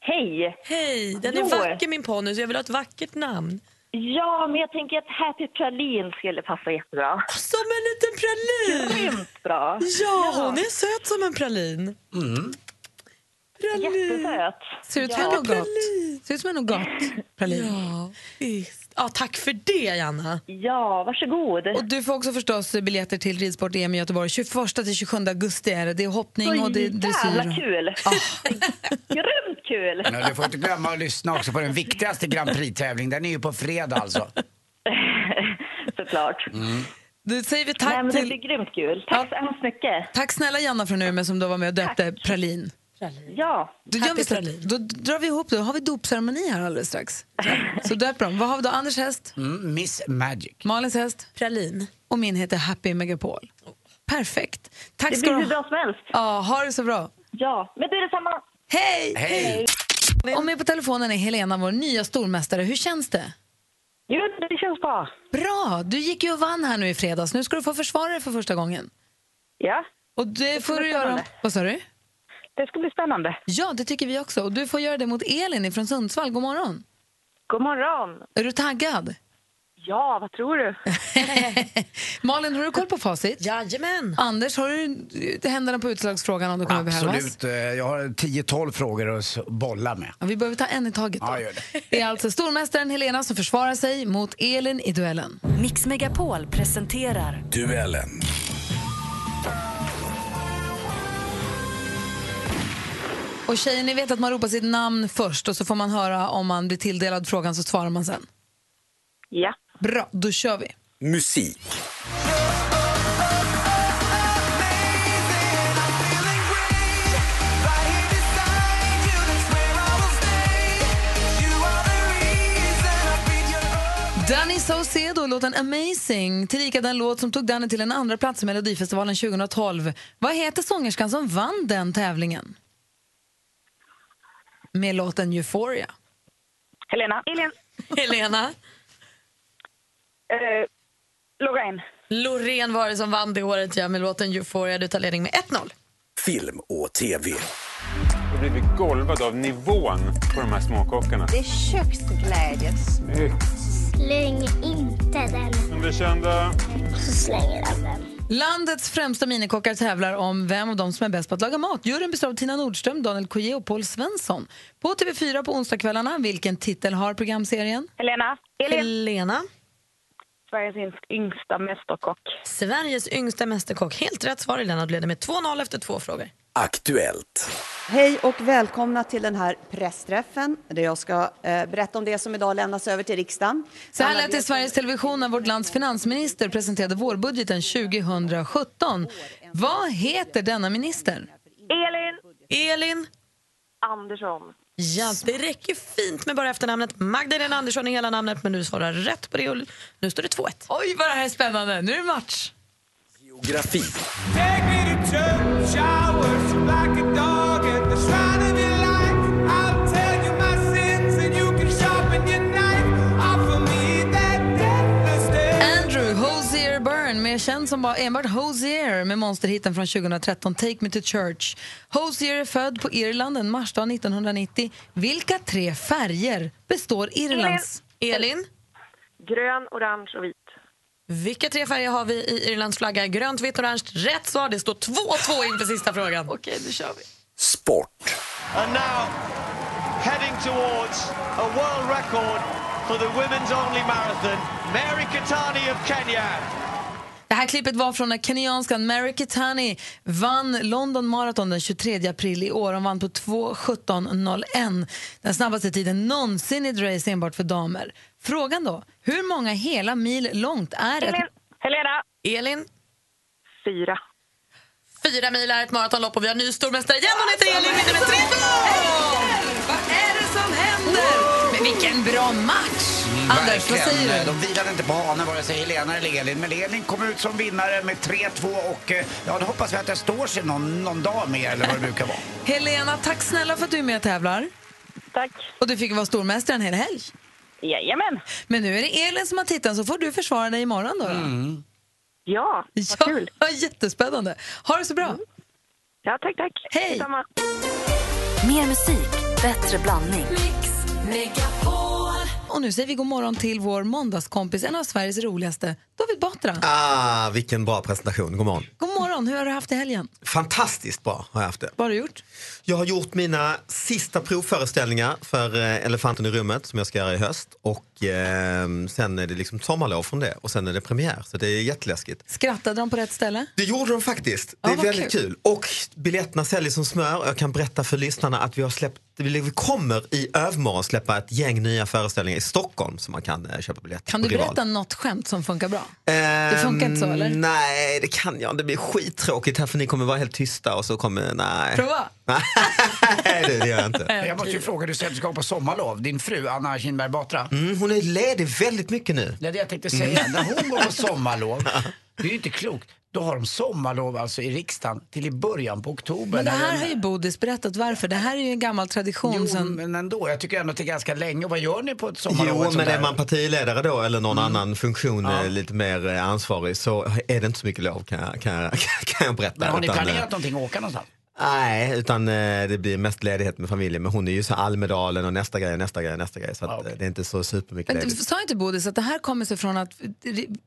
S10: Hej!
S5: Hej! Den är
S10: Jo.
S5: vacker min ponny så jag vill ha ett vackert namn.
S10: Ja, men jag tänker att Happy Pralin skulle passa jättebra.
S5: Som en liten pralin!
S10: Grymt bra!
S5: Ja, hon är söt som en pralin.
S10: Jättesöt.
S1: Ser ut som en nougat. Ser ut som en nougat, pralin.
S5: Ja, visst. Ja, tack för det, Janna.
S10: Ja, varsågod.
S1: Och du får också förstås biljetter till ridsport-EM i Göteborg. 21 till 27 augusti är det. Det är hoppning
S10: Så
S1: och det är
S10: jävla
S1: dressyr.
S10: kul!
S1: Ah.
S10: Grymt kul!
S2: Men Du får inte glömma att lyssna också på den viktigaste Grand Prix-tävlingen. Den är ju på fredag alltså.
S10: Såklart.
S1: Du säger vi
S10: Nej,
S1: tack
S10: men
S1: till...
S10: Det blir grymt kul. Tack så hemskt mycket.
S1: Tack snälla Janna från Umeå som då var med och döpte pralin.
S10: Ja.
S1: Då, gör vi så, då drar vi ihop det. Då har vi dopceremoni här alldeles strax. Så döper de. Vad har vi då? Anders häst,
S2: Mm, Miss Magic.
S1: Malins häst.
S5: Pralin.
S1: Och min heter Happy Megapol. Perfekt. Tack
S10: Det
S1: ska
S10: blir
S1: du
S10: hur
S1: ha.
S10: bra som helst.
S1: Ja, ha det så bra.
S10: Ja, men du är detsamma.
S1: Hej!
S10: Hej.
S1: Och med på telefonen är Helena, vår nya stormästare. Hur känns det?
S10: Jo, det känns bra.
S1: Bra! Du gick ju och vann här nu i fredags. Nu ska du få försvara dig för första gången.
S10: Ja.
S1: Och det får
S10: bli
S1: du göra...
S10: spännande.
S1: Vad sa du?
S10: Det ska bli spännande.
S1: Ja, det tycker vi också. Och du får göra det mot Elin från Sundsvall. God morgon!
S10: God morgon!
S1: Är du taggad?
S10: Ja, vad tror du?
S1: Malin, har du koll på facit?
S5: Jajamän!
S1: Anders, har du händerna på utslagsfrågan om du kommer behövas?
S2: Absolut. Eh, Jag har 10-12 frågor att s- bolla med.
S1: Ja, vi behöver ta en i taget. Då.
S2: Ja, gör det.
S1: Det är alltså stormästaren Helena som försvarar sig mot Elin i duellen.
S7: Mix Megapol presenterar
S2: Duellen.
S1: Och tjejer, ni vet att man ropar sitt namn först och så får man höra om man blir tilldelad frågan så svarar man sen.
S10: Ja.
S1: Bra, då kör vi.
S12: Musik.
S1: Danny Saucedo och låten Amazing, tillika den låt som tog Danny till en andra plats i Melodifestivalen 2012. Vad heter sångerskan som vann den tävlingen? Med låten Euphoria.
S10: Helena. Elin.
S5: Helena.
S10: Eh, Lorraine.
S5: Loreen var det som vann det året ja, med låten Euphoria. Du tar ledning med 1-0.
S12: Film och TV.
S13: Jag har blivit golvad av nivån på de här småkockarna.
S14: Det är köksglädje. Släng inte den.
S13: Underkända.
S14: Så slänger jag den.
S1: Landets främsta minikockar tävlar om vem av dem som är bäst på att laga mat. Juryn består av Tina Nordström, Daniel Koje och Paul Svensson. På TV4 på onsdagskvällarna, vilken titel har programserien?
S10: Helena.
S5: Helena.
S10: Sveriges yngsta mästerkock.
S5: Sveriges yngsta mästerkock. Helt rätt svar, Helena. Du leder med 2-0 efter två frågor.
S12: Aktuellt.
S15: Hej och välkomna till den här pressträffen där jag ska eh, berätta om det som idag lämnas över till riksdagen.
S1: Så här lät det i Sveriges Television när vårt lands finansminister presenterade vårbudgeten 2017. Vad heter denna minister?
S10: Elin.
S5: Elin.
S10: Andersson.
S5: Ja, det räcker fint med bara efternamnet. Magdalena Andersson är hela namnet, men du svarar rätt på det. och Nu står det 2-1.
S1: Oj, vad det här är spännande. Nu är det match.
S12: Geografi.
S1: Andrew Hosier Byrne, mer känd som bara enbart Hosier med monsterhitten från 2013 Take Me To Church. Hosier är född på Irland en marsdag 1990. Vilka tre färger består Irlands...
S5: Elin.
S10: Grön, orange och vit.
S5: Vilka tre färger har vi i Irlands flagga? Grönt, vitt, orange. Rätt svar. Det står 2-2 inför sista frågan. Okej, nu kör vi.
S12: Sport.
S16: And now, heading towards a world record for the women's only marathon, Mary Katani of Kenya.
S1: Det här klippet var från när kenyanskan Mary Kitani vann London Marathon den 23 april i år. Hon vann på 2.17.01. Den snabbaste tiden någonsin i ett race enbart för damer. Frågan då, hur många hela mil långt är ett...
S10: Helena.
S5: Elin.
S10: Fyra.
S5: Fyra mil är ett maratonlopp och vi har ny stormästare igen. Hon heter Elin vinner med 3-2! Vad är det som händer?
S1: Men vilken bra match!
S2: Anders, vad säger du? Mm, De vilade inte på hanen vare sig Helena eller Elin. Men Elin kom ut som vinnare med 3-2 och eh, ja, då hoppas vi att det står sig någon, någon dag mer eller vad det brukar vara.
S1: Helena, tack snälla för att du är med och tävlar.
S10: Tack.
S1: Och du fick vara stormästare en hel helg.
S10: Jajamän.
S1: Men nu är det Elin som har titeln så får du försvara dig imorgon då. då.
S17: Mm.
S10: Ja,
S1: vad kul. Mm. Ja, jättespännande. Ha det så bra.
S10: Ja, tack, tack.
S1: Hej.
S7: Mer musik, bättre blandning.
S1: Och nu säger vi god morgon till vår måndagskompis, en av Sveriges roligaste, David Batra.
S17: Ah, vilken bra presentation. God morgon.
S1: God morgon, hur har du haft det i helgen?
S17: Fantastiskt bra har jag haft det.
S1: Vad har du gjort?
S17: Jag har gjort mina sista provföreställningar för eh, Elefanten i rummet som jag ska göra i höst. Och eh, sen är det liksom sommarlov från det och sen är det premiär. Så det är jätteläskigt.
S1: Skrattade de på rätt ställe?
S17: Det gjorde de faktiskt. Det
S1: Ja,
S17: är
S1: vad
S17: väldigt
S1: kul.
S17: kul. Och biljetterna säljer som smör. Jag kan berätta för lyssnarna att vi har släppt vi kommer i övermorgon släppa ett gäng nya föreställningar i Stockholm som man kan eh, köpa biljetter
S1: Kan du
S17: på Rival.
S1: berätta något skämt som funkar bra? Det funkar inte så, eller?
S17: Ehm, Nej, det kan jag inte. Det blir skittråkigt här för ni kommer vara helt tysta och så kommer... Nej.
S1: Prova!
S17: Nej, det, det gör jag inte.
S2: Jag måste ju fråga, du säger att du ska på sommarlov. Din fru Anna Kinberg Batra.
S17: Mm, hon är ledig väldigt mycket nu.
S1: Mm.
S2: Det är det jag tänkte säga. När hon går på sommarlov, det är ju inte klokt. Då har de sommarlov alltså i riksdagen till i början på oktober.
S1: Men det
S2: när
S1: här
S2: den-
S1: har ju Bodis berättat varför. Det här är ju en gammal tradition.
S2: Jo,
S1: sen...
S2: men ändå. Jag tycker ändå att det är ganska länge. Och Vad gör ni på ett sommarlov?
S17: Jo,
S2: ett sånt
S17: men är
S2: där? Mm.
S17: man partiledare då eller någon annan funktion
S2: Ja.
S17: eh, lite mer eh, ansvarig så är det inte så mycket lov kan jag, kan jag, kan jag berätta.
S2: Men har ni
S17: Utan, eh,
S2: planerat någonting att åka någonstans?
S17: Nej, utan eh, det blir mest ledighet med familjen. Men hon är ju så Almedalen och nästa grej, nästa grej, nästa grej. Så
S2: Ah,
S17: att, eh, det är inte så supermycket
S1: Men
S17: ledigt.
S1: sa inte Bodis att det här kommer sig från att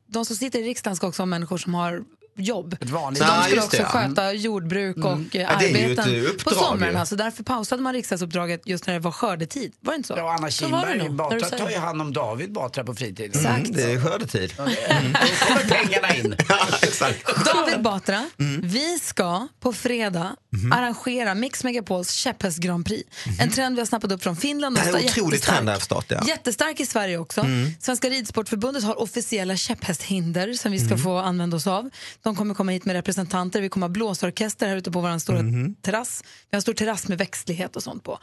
S1: de som sitter i riksdagen ska också ha människor som har jobb.
S17: vanligt
S1: så de
S17: jobb. Ja,
S1: skulle
S17: just
S1: också
S17: det, ja.
S1: sköta jordbruk och
S17: Mm.
S1: eh,
S17: Ja, det är ju ett,
S1: arbeten
S17: eh,
S1: på
S17: uppdrag
S1: sommaren.
S17: ju.
S1: Alltså, därför pausade man riksdagsuppdraget just när det var skördetid. Var det inte så?
S2: Ja, Anna
S1: Så var det
S2: Kinberg
S1: nog,
S2: Batra
S1: när du
S2: tar ju
S1: säger.
S2: hand om David Batra på fritiden.
S1: Exakt.
S17: Mm, det är skördetid.
S2: kommer pengarna in.
S1: David Batra,
S17: Mm.
S1: vi ska på fredag arrangera Mix Megapols käpphäst Grand Prix. En trend vi har snappat upp från Finland.
S17: Mm. Det
S1: och
S17: här är en
S1: sta-
S17: otrolig
S1: jättestark.
S17: trend alltså. där förstås. Ja.
S1: Jättestark i Sverige också.
S17: Mm.
S1: Svenska ridsportförbundet har officiella käpphästhinder som vi ska
S17: Mm.
S1: få använda oss av. De kommer komma hit med representanter. Vi kommer ha blåsorkester här ute på vår stora
S17: Mhm.
S1: terrass. Vi har en stor terrass med växtlighet och sånt på.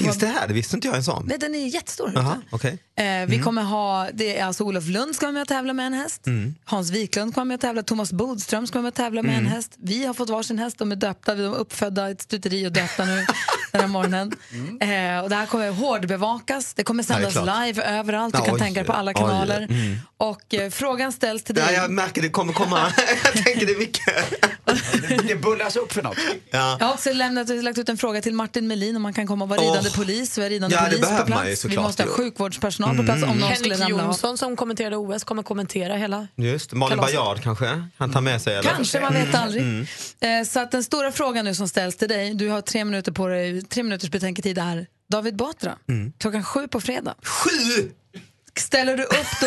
S17: Finns det här? Det visste inte jag ens om.
S1: Nej, den är jättestor. här
S17: Jaha,
S1: ute.
S17: okej.
S1: Eh, vi
S17: Mm.
S1: kommer ha, det är alltså Olof Lund ska vara med och tävla med en häst.
S17: Mm.
S1: Hans Wiklund kommer med och tävla, Thomas Bodström ska vara med och tävla med en
S17: Mm.
S1: häst. Vi har fått varsin häst, de är döpta, de är uppfödda i ett stuteri och döpta nu den här morgonen. Eh, och det här kommer hårdbevakas, det kommer
S17: Mm. Ja, det är
S1: sändas
S17: klart.
S1: live överallt, du
S17: Ja,
S1: kan
S17: oj.
S1: tänka dig på alla
S17: Oj.
S1: kanaler.
S17: Mm.
S1: Och eh, frågan ställs till dig.
S17: Ja, jag märker det kommer komma. jag tänker det är mycket.
S2: det bullas upp för något.
S17: Ja.
S1: Jag har också lämnat, lagt ut en fråga till Martin Melin om man kan komma och vara
S17: Åh.
S1: ridande polis. Vi har ridande
S17: Ja, det
S1: polis på
S17: behöver man ju
S1: plats. Vi
S17: såklart.
S1: måste ha sjukvårdspersonal på plats om
S17: Mm.
S1: någon skulle
S5: Henrik
S1: ramla av.
S5: Jonsson som kommenterade OS kommer kommentera hela.
S17: Just Malin
S5: Kalas.
S17: Baryard kanske kan ta med sig. Eller? Mm.
S1: Kanske, man vet aldrig. Eh, Så att den stora frågan nu som ställs till dig, du har tre minuter på dig, tre minuters betänketid är David Batra,
S17: Mm.
S1: klockan sju på fredag. Sju! Ställer du upp då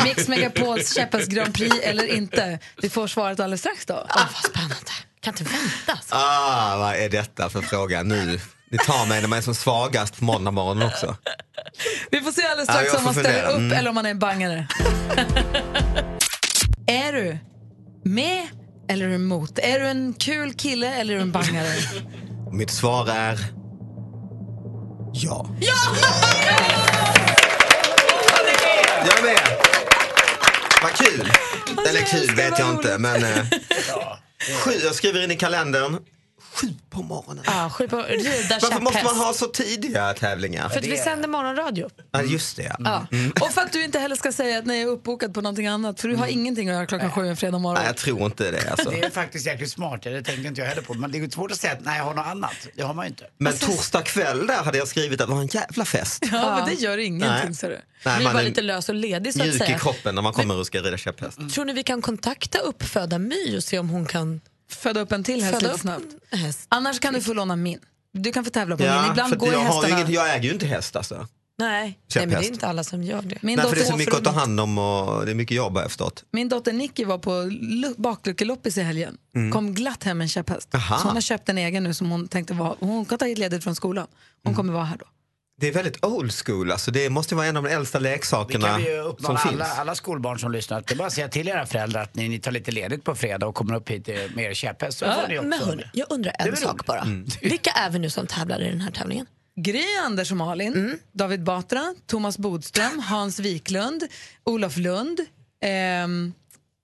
S1: i Mix Megapols Käppas Grand Prix eller inte? Vi får svaret alldeles strax då. vad spännande. Kan inte vänta.
S17: Ah, vad är detta för fråga nu? Ni tar mig när man är som svagast på måndag morgon också.
S1: Vi får se alldeles
S17: Ja,
S1: strax
S17: jag
S1: om
S17: får
S1: man ställer
S17: fundera.
S1: upp
S17: Mm.
S1: eller om man är en bangare. är du med eller emot? Är du en kul kille eller är du en bangare?
S17: Och Mitt svar är ja.
S1: ja!
S17: Jag är med. Vad kul. Eller kul vet jag inte, men... eh, Sju, jag skriver in i kalendern.
S5: Ja, sju på rida
S17: Varför måste man ha så tidiga tävlingar?
S5: För att vi sänder morgonradio.
S17: Ja, just det. ja.
S1: Ja. Mm. Och för att du inte heller ska säga att nej, jag är uppbokad på någonting annat, för du har ingenting att göra klockan sju en fredag morgon.
S17: Mm. Nej, jag tror inte det. Alltså.
S2: Det är faktiskt jäkligt smart, det tänkte inte jag heller på. Men det är ju svårt att säga att nej, jag har något annat. Det har man ju inte.
S17: Men torsdag kväll där hade jag skrivit att det var en jävla fest.
S1: Ja, men det gör
S17: Nej.
S1: ingenting. ser du.
S17: Nej,
S5: Blir
S17: man
S5: bara
S17: är
S5: lite lös och ledig så att
S17: Mjuk i
S5: säga.
S17: kroppen när man kommer och ska rida käpphäst.
S5: Tror ni vi kan kontakta uppföda My och se om hon kan
S1: Föda upp en till häst
S5: Föda
S1: lite
S5: upp
S1: snabbt. Annars kan du få låna min. Du kan få tävla på min.
S17: Ja, för
S1: Ibland går
S17: jag, har ju
S1: hästarna...
S17: inget, jag äger ju inte häst alltså.
S1: Nej.
S5: Nej, men det är
S17: Käpphäst.
S5: inte alla som gör det.
S1: Min
S17: Nej, för det är
S1: dotter
S17: så
S1: går
S17: mycket att ta
S1: förlorad.
S17: hand om och det är mycket jobb har jag förstått.
S1: Min dotter Nicky var på lu- bakluckeloppis i helgen.
S17: Mm.
S1: Kom glatt hem med en käpphäst.
S17: Aha.
S1: Så hon har köpt en egen nu som hon tänkte vara... Hon har tagit ledigt från skolan. Hon
S17: Mm.
S1: kommer vara här då.
S17: Det är väldigt old school, alltså det måste ju vara en av de äldsta
S2: Det
S17: leksakerna
S2: kan vi ju
S17: som
S2: uppmana
S17: finns.
S2: alla, alla skolbarn som lyssnar. Det är bara att säga till era föräldrar att ni, ni tar lite ledigt på fredag och kommer upp hit eh, med er käpphäst. Så får ni
S5: Ja,
S2: också
S5: men hörni, jag undrar
S2: Det är
S5: en
S2: väl
S5: sak
S2: roligt.
S5: bara.
S17: Mm.
S5: Vilka är vi nu som tävlar i den här tävlingen?
S1: Gry, Anders och Malin,
S17: Mm.
S1: David Batra, Thomas Bodström, Hans Wiklund, Olof Lund. ehm,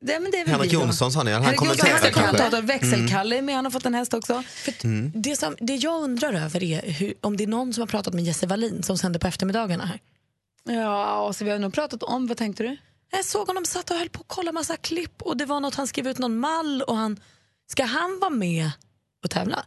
S1: det, men det är väl
S17: Henrik
S1: vi då.
S17: Jonsson sa ni, han
S1: Henrik Jonsson,
S17: kommenterar
S1: han ska
S17: kanske.
S1: kommentator. Växelkalle är med, han har fått en häst också.
S17: Mm.
S5: Det, som, det jag undrar över är hur, om det är någon som har pratat med Jesse Wallin som sänder på eftermiddagarna här.
S1: Ja, så vi har nog pratat om, vad tänkte du?
S5: Jag såg honom satt och höll på att kolla massa klipp och det var något han skrev ut någon mall och han, ska han vara med och tävla?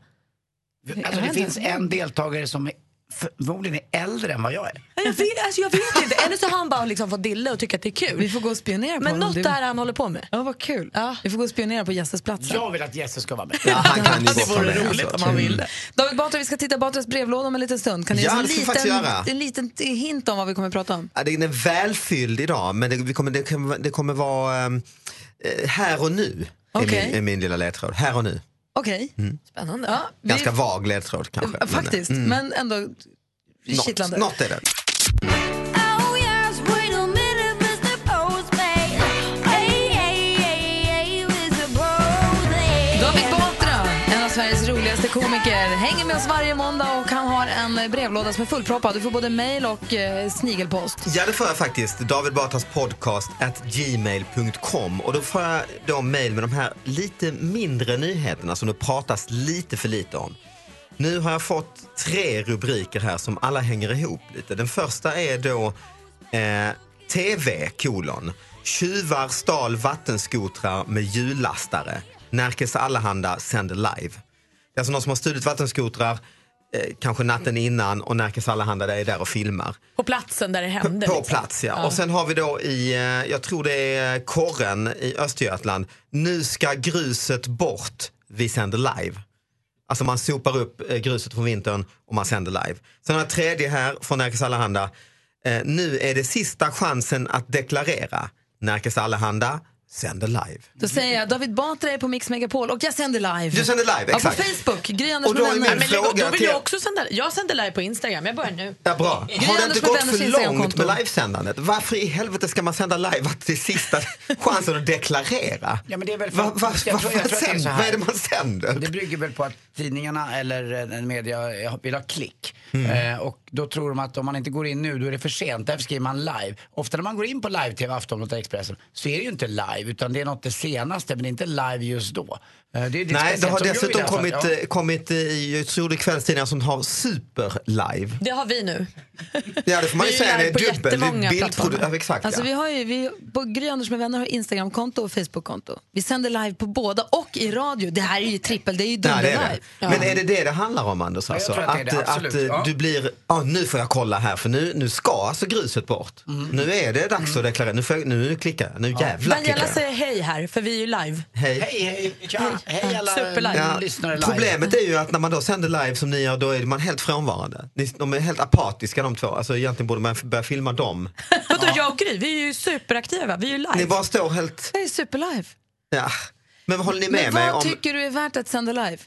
S2: Alltså, det finns en deltagare som är förmodligen är äldre än vad jag är.
S5: Ja, Jag vet, alltså jag vet inte, eller så har han bara liksom fått dille och tycker att det är kul.
S1: Vi får gå och spionera på
S5: Men
S1: honom.
S5: något
S1: Det-
S5: är han håller på med.
S1: Ja, vad kul. Vi får gå och spionera på Jesses plats. sen.
S2: Jag vill att Jesse ska vara med.
S17: Ja, han kan ju
S2: Ah, det
S17: gott vara
S2: vore
S17: med,
S2: roligt
S17: alltså.
S2: om han
S17: Mm.
S2: ville.
S1: David Batra, vi ska titta i Batras brevlåda om en liten stund. Kan du
S17: Ja,
S1: ge
S17: det ska vi
S1: oss en
S17: faktiskt
S1: liten,
S17: göra.
S1: en liten t- hint om vad vi kommer att prata om?
S17: Ja, den är välfylld idag men det, vi kommer, det, kommer, det kommer vara ehm, eh, här och nu. Är,
S1: Okej.
S17: min, är min lilla ledtråd. Här och nu.
S1: Okej.
S17: Mm.
S1: Spännande. Ja, vi-
S17: Ganska vag ledtråd kanske. men, eh,
S1: Faktiskt,
S17: mm.
S1: men ändå
S17: Något-
S1: kittlande.
S17: Något är det.
S1: David Batra, en av Sveriges roligaste
S18: komiker, hänger med oss varje måndag och han har en brevlåda som är fullproppad. Du får både mejl och eh, snigelpost.
S17: Ja, det får jag faktiskt. David Batras podcast at gmail.com. Och då får jag då mejl med de här lite mindre nyheterna som det pratas lite för lite om. Nu har jag fått tre rubriker här som alla hänger ihop lite. Den första är då eh, TV kolon. Tjuvar stal vattenskotrar med hjullastare. Närkes Allehanda sänder live. Det är alltså någon som har stulit vattenskotrar eh, kanske natten innan och Närkes Allehanda är där och filmar.
S5: På platsen där det hände.
S17: På
S5: liksom.
S17: plats, ja. Och sen har vi då i, eh, jag tror det är Korren i Östergötland. Nu ska gruset bort, vi sänder live. Alltså man sopar upp eh, gruset från vintern och man sänder live. Sen har jag tredje här från Närkes Allehanda. Eh, Nu är det sista chansen att deklarera. Närkes Allehanda sänder live.
S18: Då säger jag David Batra är på Mix Megapol och jag sänder live.
S17: Du sänder live,
S18: Ja,
S17: exakt.
S18: på Facebook, Gry Anders
S17: Och då
S18: med
S17: är
S18: vänner.
S17: min Men lägg- då fråga vill till- jag
S5: också sända, jag sänder live på Instagram, jag börjar nu.
S17: Ja, bra.
S5: Gry
S17: Har det
S5: Anders
S17: inte
S5: med
S17: gått
S5: vänner
S17: för
S5: finns i
S17: långt
S5: konton.
S17: med livesändandet? Varför i helvete ska man sända live att det är sista chansen att deklarera?
S2: Ja, men det är väl för-
S17: Va- va-
S2: jag tror- jag
S17: varför
S2: tror att det är
S17: sänder-
S2: så här.
S17: Vad är det man sänder?
S2: Det brygger väl på att tidningarna eller eh, media eh, vill ha klick.
S17: Mm.
S2: Eh, och då tror de att om man inte går in nu då är det för sent. Därför skriver man live. Ofta när man går in på live-tv, Aftonbladet och Expressen, så är det ju inte live utan det är något det senaste men det är inte live just då. Eh, det är
S17: Nej,
S2: ju speciellt
S17: det har
S2: som gör
S17: dessutom
S2: det,
S17: kommit,
S2: alltså. Ja.
S17: eh, kommit eh, i, jag tror det är kvällstidningar som har superlive.
S5: Det har vi nu.
S17: Ja, det får man ju
S5: Vi är
S17: säga, det
S5: live
S17: är
S5: på
S17: dubbel. Det
S5: jättemånga
S17: är bildprodu-
S5: plattformar.
S17: ja, exakt,
S18: Alltså,
S17: ja.
S18: vi har ju, vi, på Gry Anders med vänner har Instagramkonto och Facebookkonto. Vi sänder live på båda och i radio. Det här är ju trippel, det är ju
S17: Ja, det är
S18: dubbel-live.
S17: det. Men är det det det handlar om Anders? Alltså?
S2: tror att det är det,
S17: att,
S2: absolut,
S17: eh,
S2: ja.
S17: du blir, ja nu får jag kolla här för nu, nu ska alltså gruset bort.
S2: Mm.
S17: Nu är det dags att deklarera, nu, får jag, nu klickar jag, nu jävlar klickar
S5: Mm. Daniela
S17: jag.
S5: säger hej här, för vi är ju live.
S17: Hej.
S2: hej, tja, hej alla
S5: Superlive.
S17: Ja, Problemet är ju att när man då sänder live som ni gör, då är man helt frånvarande. Ni- De är helt apatiska de två. Alltså egentligen borde man f- börja filma dem.
S5: Vadå, jag och Gry, vi är ju superaktiva, vi är ju live.
S17: Ni bara står helt...
S18: Det är superlive.
S17: Ja. Men håller ni med
S18: Men
S17: mig
S18: vad
S17: om...
S18: tycker du är värt att sända live?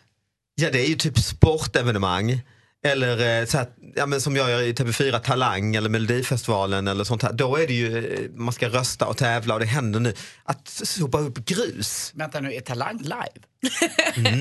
S17: Ja, det är ju typ sportevenemang. Eller eh, så här, ja, men som jag gör i TV4 Talang eller Melodifestivalen eller sånt här. Då är det ju, eh, man ska rösta och tävla och det händer nu. Att sopa upp grus.
S2: Vänta nu, är Talang live?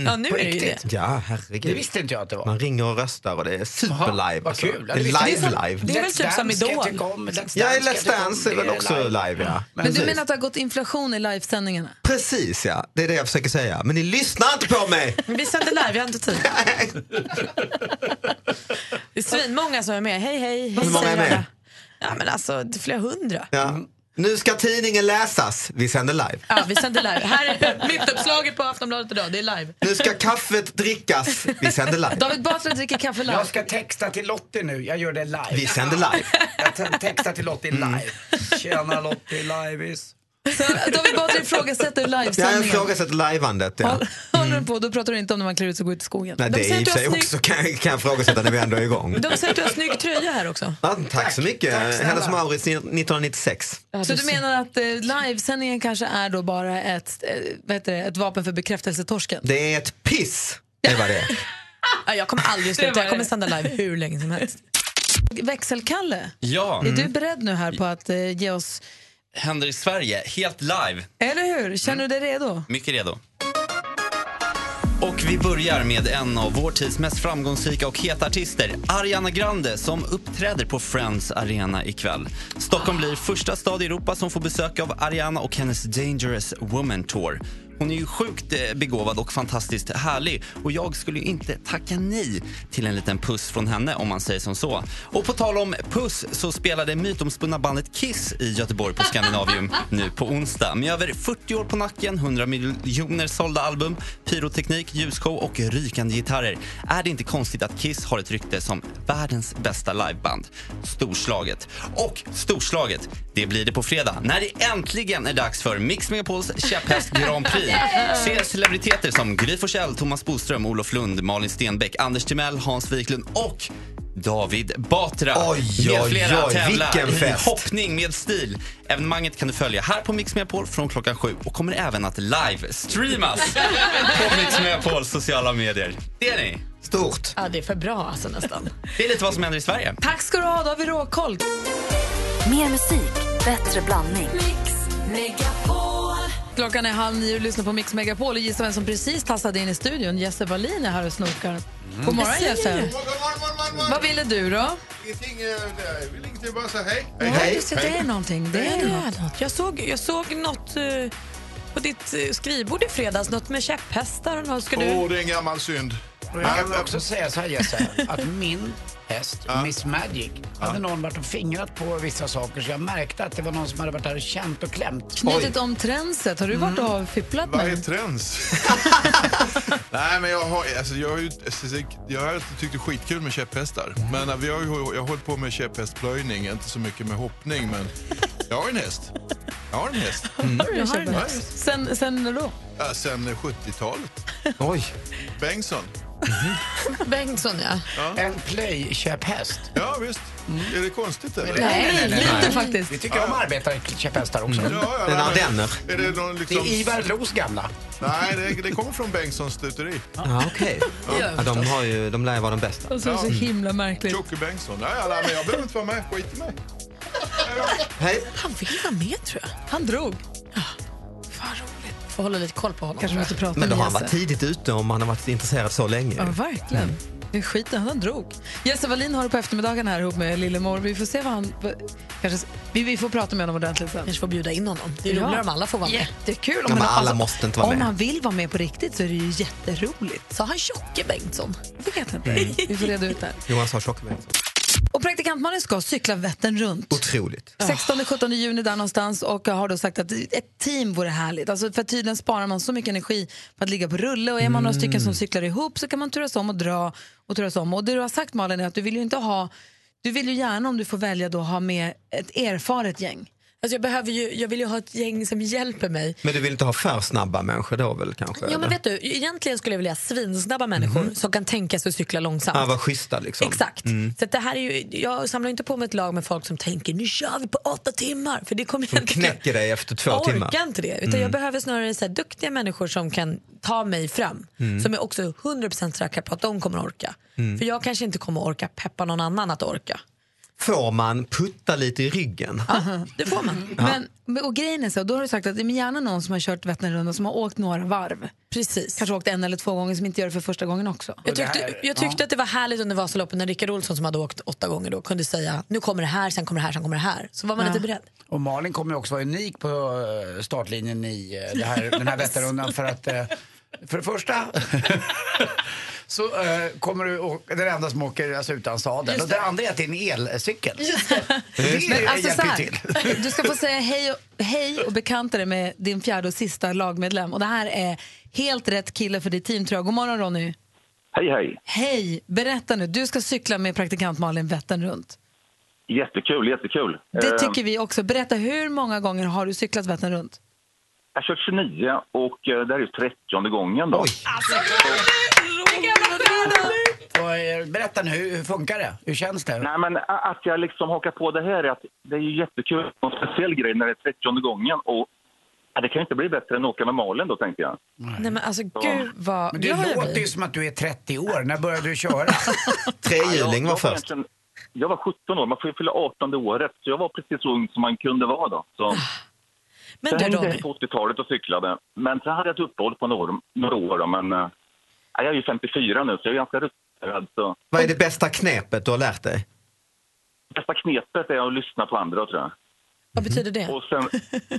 S5: ja, nu
S2: På
S5: är det ju det.
S2: riktigt?
S17: Ja, herregud.
S2: Det visste inte jag att det var.
S17: Man ringer och röstar och det är
S2: Jaha,
S17: superlive. alltså.
S2: vad kul. Ja,
S17: Det är
S2: visste jag.
S17: live live.
S5: det är väl
S2: Let's
S5: typ som
S2: Dance ska
S5: Idol.
S2: jag tycka om, Let's
S17: Ja, i
S2: Dance ska jag
S17: Let's
S2: tycka om.
S17: Dance är väl
S2: Det
S17: också live, ja.
S18: Men du menar att det har gått inflation i livesändningarna?
S17: Precis ja, det är det jag försöker säga. Men ni lyssnar inte på mig!
S5: Vi sänder live, vi har inte tid. det är svinmånga som är med. Hej, hej, hej.
S17: Hur många är
S5: säger alla.
S17: med?
S5: Ja, men alltså, det är flera hundra.
S17: Ja. Nu ska tidningen läsas, vi sänder live.
S5: Ja, vi sänder live. Här är mitt uppslaget på Aftonbladet idag, det är live.
S17: Nu ska kaffet drickas, vi sänder live.
S18: David Batra dricker kaffe live.
S2: Jag ska texta till Lottie nu, jag gör det live.
S17: Vi sänder live.
S2: Jag te- textar till Lottie
S19: Mm.
S2: live. Tjena Lottie, liveis.
S18: Så David Batra ifrågasätter
S17: Ja, jag
S18: livesändningen.
S17: ifrågasätter liveandet. Ja. Mm.
S18: Håller du på, då pratar du inte om när man klär ut sig och går ut i skogen.
S17: Nej,
S18: De
S17: det
S18: säger
S17: är i och
S18: att
S17: för
S18: du
S17: sig
S18: har snygg-
S17: också kan, kan jag ifrågasätta när vi ändå är igång.
S5: De säger att du har snygg tröja här också.
S17: Ja, tack, så mycket.
S5: Tack snälla.
S17: Hennes Mauritz 1996.
S18: Så du menar att eh, livesändningen kanske är då bara ett, eh, vad heter det, ett vapen för bekräftelsetorsken?
S17: Det är ett piss, det var det.
S5: Ja, jag kommer aldrig
S1: Typ,
S5: sluta, jag kommer sända live hur länge som helst.
S18: Växelkalle,
S19: Ja. Mm.
S18: är du beredd nu här på att eh, ge oss,
S19: Händer i Sverige, helt live. Mm.
S18: eller hur? Känner du dig redo?
S19: Mycket redo. Och vi börjar med en av vår tids mest framgångsrika och heta artister, Ariana Grande, som uppträder på Friends Arena ikväll. Stockholm blir första stad i Europa som får besök av Ariana och hennes Dangerous Woman Tour. Hon är ju sjukt eh, begåvad och fantastiskt härlig och jag skulle ju inte tacka nej till en liten puss från henne om man säger som så. Och på tal om puss så spelade mytomspunna bandet Kiss i Göteborg på Scandinavium nu på onsdag. Med över 40 år på nacken, 100 miljoner sålda album, pyroteknik, ljusshow och rykande gitarrer är det inte konstigt att Kiss har ett rykte som världens bästa liveband. Storslaget. Och storslaget, det blir det på fredag när det äntligen är dags för Mix Megapols käpphäst Grand Prix. Se celebriteter som Gry Forssell, Thomas Boström, Olof Lund, Malin Stenbeck, Anders Timell, Hans Wiklund och David Batra
S17: Oj,
S19: med
S17: oj,
S19: flera
S17: oj,
S19: tävlar
S17: vilken
S19: i
S17: fest.
S19: hoppning med stil. Evenemanget kan du följa här på Mix Megapol från klockan sju och kommer även att live-streamas på Mix Megapols sociala medier. Det är ni.
S17: Stort.
S5: Ja, det är för bra alltså nästan.
S19: Det är lite vad som händer i Sverige.
S18: Tack ska du ha, då har vi råkoll.
S7: Mer musik, bättre blandning.
S18: Mix, Megapol.
S1: Klockan är halv nio och lyssnar på Mix Megapol och gissa vem som precis tassade in i studion. Jesse Wallin är här och snokar. God morgon
S20: Jag säger
S1: Jesse.
S20: det.
S1: Vad ville du då?
S20: Ingenting, eh, jag vill ingenting, bara säga hej.
S1: Nej, just det, det är någonting. Det är något.
S5: Jag såg, jag såg något eh, på ditt eh, skrivbord i fredags, något med käpphästar. och något. Ska
S20: Åh,
S5: du...
S20: det är en gammal synd.
S2: Och jag kan väl också säga så här Jesse, att min häst, Miss Magic, hade någon varit och fingrat på vissa saker så jag märkte att det var någon som hade varit där och känt och klämt.
S1: Knutit om tränset. Har du varit
S5: Mm.
S1: och fipplat
S20: Vad
S1: med
S20: är
S1: den?
S20: trends? Nej, men jag har, alltså, jag, har ju, alltså, jag har alltid tyckt det är skitkul med käpphästar. Men eh, vi har ju, jag har hållit på med käpphästplöjning, inte så mycket med hoppning, men jag har en häst. Jag har en häst.
S19: Mm.
S1: Har
S5: Mm.
S1: du en käpphäst? Sen, sen när då?
S20: Ja, sen eh, 70-talet.
S17: Oj.
S20: Bengtsson.
S1: Bengtsson, ja.
S2: En play-käpphäst.
S20: Ja, visst.
S19: Mm.
S20: Är det konstigt? Eller?
S2: Nej, nej, nej, lite nej.
S1: faktiskt.
S2: Vi tycker om arbetarkäpphästar också.
S19: Mm.
S20: Ja, ja,
S17: En
S20: men-
S17: ardenner.
S20: Är det, någon, liksom...
S2: Det är Ivar Los gamla.
S19: Mm.
S20: Nej, det, det kommer från Bengtssons stuteri.
S17: Ja, okej. Ja, de, har ju, de lär ju vara de bästa.
S1: Och så är det så himla märkligt.
S20: Jocke Bengtsson. Nej, nej, men jag behöver inte vara med. Skit i mig.
S17: Hej.
S5: Han vill vara med, tror jag.
S1: Han drog.
S5: Får hålla lite koll på honom.
S1: Kanske måste prata
S17: Men då
S1: med
S17: har han varit
S1: Jesse.
S17: tidigt ute om han har varit intresserad så länge.
S1: Ja,
S17: Mm.
S1: verkligen. Det är skiten, han drog. Jesse Wallin har det på eftermiddagen här ihop med Lillemor. Vi får se vad han... vad- Kanske, vi, vi får prata med honom ordentligt sen.
S5: Kanske får bjuda in honom. Det är roligare om alla får vara med.
S1: Jättekul.
S17: Ja, men alla måste inte vara
S1: om
S17: med.
S1: han vill vara med på riktigt så är det ju jätteroligt. Sa han Tjocke Bengtsson? Jag vet inte.
S17: Mm.
S1: Vi får reda ut det här.
S17: Johan sa Tjockberg.
S1: Och praktikantmannen ska cykla Vättern runt.
S17: Otroligt.
S1: 16-17 juni där någonstans och jag har då sagt att ett team vore härligt. Alltså för tydligen sparar man så mycket energi på att ligga på rulle och är man några stycken som cyklar ihop så kan man turas om och dra och turas om. Och det du har sagt Malin är att du vill ju inte ha, du vill ju gärna om du får välja då ha med ett erfaret gäng.
S5: Alltså jag, behöver ju, jag vill ju ha ett gäng som hjälper mig.
S17: Men du vill inte ha för snabba människor då väl kanske?
S5: Ja,
S17: eller?
S5: men vet du, egentligen skulle jag vilja ha svinsnabba människor som kan tänka sig att cykla långsamt.
S17: Ja, var schyssta liksom.
S5: Exakt.
S17: Mm.
S5: Så att det här är ju, jag samlar inte på mig ett lag med folk som tänker nu kör vi på åtta timmar. För det kommer jag
S17: Som
S5: inte
S17: knäcker dig efter två
S5: jag
S17: timmar.
S5: orkar inte det. Utan
S17: Mm.
S5: Jag behöver snarare så här, duktiga människor som kan ta mig fram.
S17: Mm.
S5: Som är också 100% säkra på att de kommer orka.
S17: Mm.
S5: För jag kanske inte kommer orka peppa någon annan att orka.
S17: Får man putta lite i ryggen?
S5: Det får man.
S17: Ja.
S1: Mm. Men, men- och grejen är så, då har du sagt att det är gärna någon som har kört Vätternrundan som har åkt några varv.
S5: Precis.
S1: Kanske åkt en eller två gånger som inte gör det för första gången också.
S5: Jag tyckte, jag tyckte att det var härligt under Vasaloppet när Rickard Olsson som hade åkt åtta gånger då kunde säga nu kommer det här, sen kommer det här, sen kommer det här. Så var man
S2: Ja.
S5: lite beredd.
S2: Och Malin kommer ju också vara unik på eh, startlinjen i eh, det här, den här Vätternrundan för att eh, för det första så eh, kommer du åka, den enda som åker alltså utan sadel
S1: Just
S2: och det andra är att det är en elcykel. Det,
S1: Men alltså så
S2: hjälper ju
S1: här,
S2: till.
S1: du ska få säga hej och, hej och bekanta dig med din fjärde och sista lagmedlem. Och det här är helt rätt kille för ditt team tror jag. God morgon Ronny.
S21: Hej, hej.
S1: Hej, berätta nu. Du ska cykla med praktikant Malin Vättern runt.
S21: Jättekul, jättekul.
S1: Det
S21: Eh,
S1: tycker vi också. Berätta, hur många gånger har du cyklat Vättern runt?
S21: Jag har kört 29 och eh, det här är ju 30 gången då.
S2: Och, eh, Berätta nu, hur hur funkar det? Hur känns det?
S21: Nej, men a- att jag liksom hakar på det här är att det är ju jättekul. En speciell grej när det är 30 gången och ja, det kan ju inte bli bättre än att åka med Malin då, tänkte jag.
S5: Nej men alltså
S21: gud
S5: vad
S2: Men du låter ju som att du är 30 år. När började du köra?
S21: Ja, jag- jag egentligen- Jag var 17 år, man får ju fylla 18 det året, så jag var precis så ung som man kunde vara då. Så.
S5: Men
S21: jag
S5: du,
S21: hängde
S5: Ronny.
S21: på 80-talet och cyklade, men sen hade jag ett uppehåll på några, några år då, men eh, ja, jag är ju 54 nu så jag är ganska rutinerad. Så.
S17: Vad är det bästa knepet du har lärt dig?
S21: bästa knepet är att lyssna på andra, tror jag.
S5: Vad betyder det?
S21: Och sen,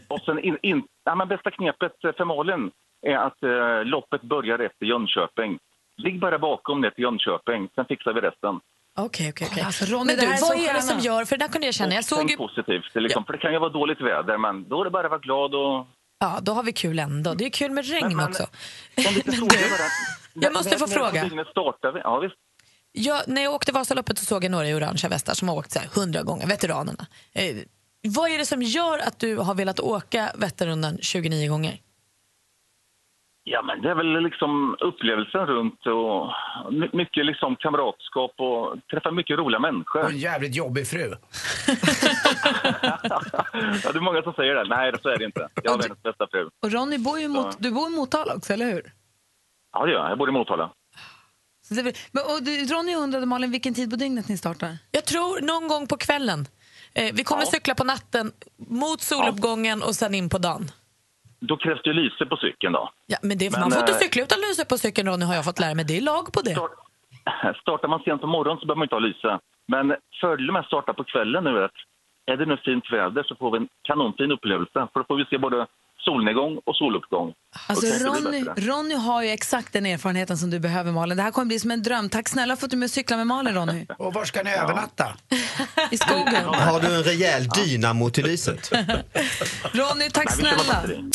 S21: och sen in, in, ja, men bästa knepet eh, för Malin är att eh, loppet börjar efter Jönköping. Ligg bara bakom ner till Jönköping, sen fixar vi resten.
S5: Okej, okej, okej.
S1: alltså, Ronny,
S5: Men du,
S1: det här är
S5: vad
S1: sån
S5: är det
S1: stjärna.
S5: som gör, för det där kunde jag känna, jag såg ju,
S21: Tänk positivt, det är liksom, för det kan ju vara dåligt väder, men då är det bara att vara glad och...
S5: ja då har vi kul ändå. Det är kul med regn också.
S21: Men
S5: du, jag måste få fråga.
S21: Dygnet startar vi. Ja, visst.
S5: Jag, när jag åkte Vasaloppet så såg jag några i orangea västar som har åkt så här hundra gånger, veteranerna. Eh, vad är det som gör att du har velat åka Vätternrundan 29 gånger?
S21: Ja, men det är väl liksom upplevelsen runt och my- mycket liksom kamratskap och träffa mycket roliga människor.
S2: Och en jävligt jobbig fru.
S21: Ja, det är många som säger det. Nej, så är det inte. Jag har världens bästa fru.
S1: Och Ronny, bor ju mot,
S21: Ja.
S1: du bor i Motala också, eller hur?
S21: Ja, det gör jag. Jag bor i Motala.
S1: Så det, men, och du, Ronny undrade Malin vilken tid på dygnet ni startar.
S5: Jag tror någon gång på kvällen. Eh, vi kommer cykla på natten mot soluppgången och sen in på dagen.
S21: då krävs det ju lyse på cykeln då.
S5: Ja, men det,
S21: Men,
S5: man får inte
S21: eh,
S5: cykla utan lyse på cykeln Ronny har jag fått lära mig. Det är lag på det.
S21: Startar man sent på morgonen så behöver man inte ha lyse. Men fördelen med att starta på kvällen nu är att är det nu fint väder så får vi en kanonfin upplevelse. För då får vi se både solnedgång och soluppgång.
S1: Alltså,
S21: Och det kan inte bli
S1: Ronny,
S21: bättre.
S1: Ronny har ju exakt den erfarenheten som du behöver, Malin. Det här kommer bli som en dröm. Tack snälla för att du är med och cyklar med Malin, Ronny.
S2: Och var ska ni övernatta?
S1: I skogen.
S17: Har du en rejäl dyna mot i lyset?
S1: Ronny, tack
S17: Nej, vi ska vara
S1: snälla.
S17: bättre i.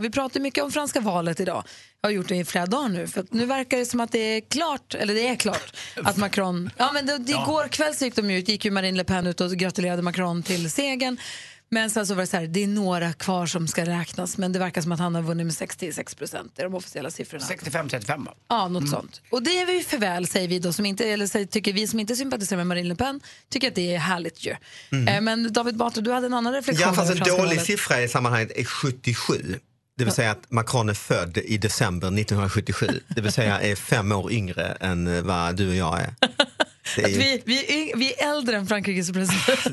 S1: Vi pratar mycket om franska valet idag. Jag har gjort det i flera dagar nu. För att nu verkar det som att det är klart, eller det är klart, att Macron... Ja, men det, det,
S8: Ja.
S1: Igår kväll så gick, de ut, gick ju Marine Le Pen ut och gratulerade Macron till segern. Men sen så var det så här, det är några kvar som ska räknas. Men det verkar som att han har vunnit med 66 procent. Det är de officiella siffrorna.
S2: 65-35 va?
S1: Ja,
S17: Mm.
S1: något sånt. Och det är vi för väl, säger vi då, som inte, eller säger, tycker vi som inte sympatiserar med Marine Le Pen, tycker att det är härligt ju.
S17: Mm.
S1: Eh, Men David Batra, du hade en annan reflektion.
S17: Ja, fast
S1: över
S17: en
S1: franska
S17: dålig
S1: valet.
S17: siffra i sammanhanget är 77. Det vill säga att Macron är född i december 1977. Det vill säga är fem år yngre än eh, vad du och jag är. Det är
S1: Att
S17: ju,
S1: vi, vi, är, yng- vi är äldre än Frankrikes president.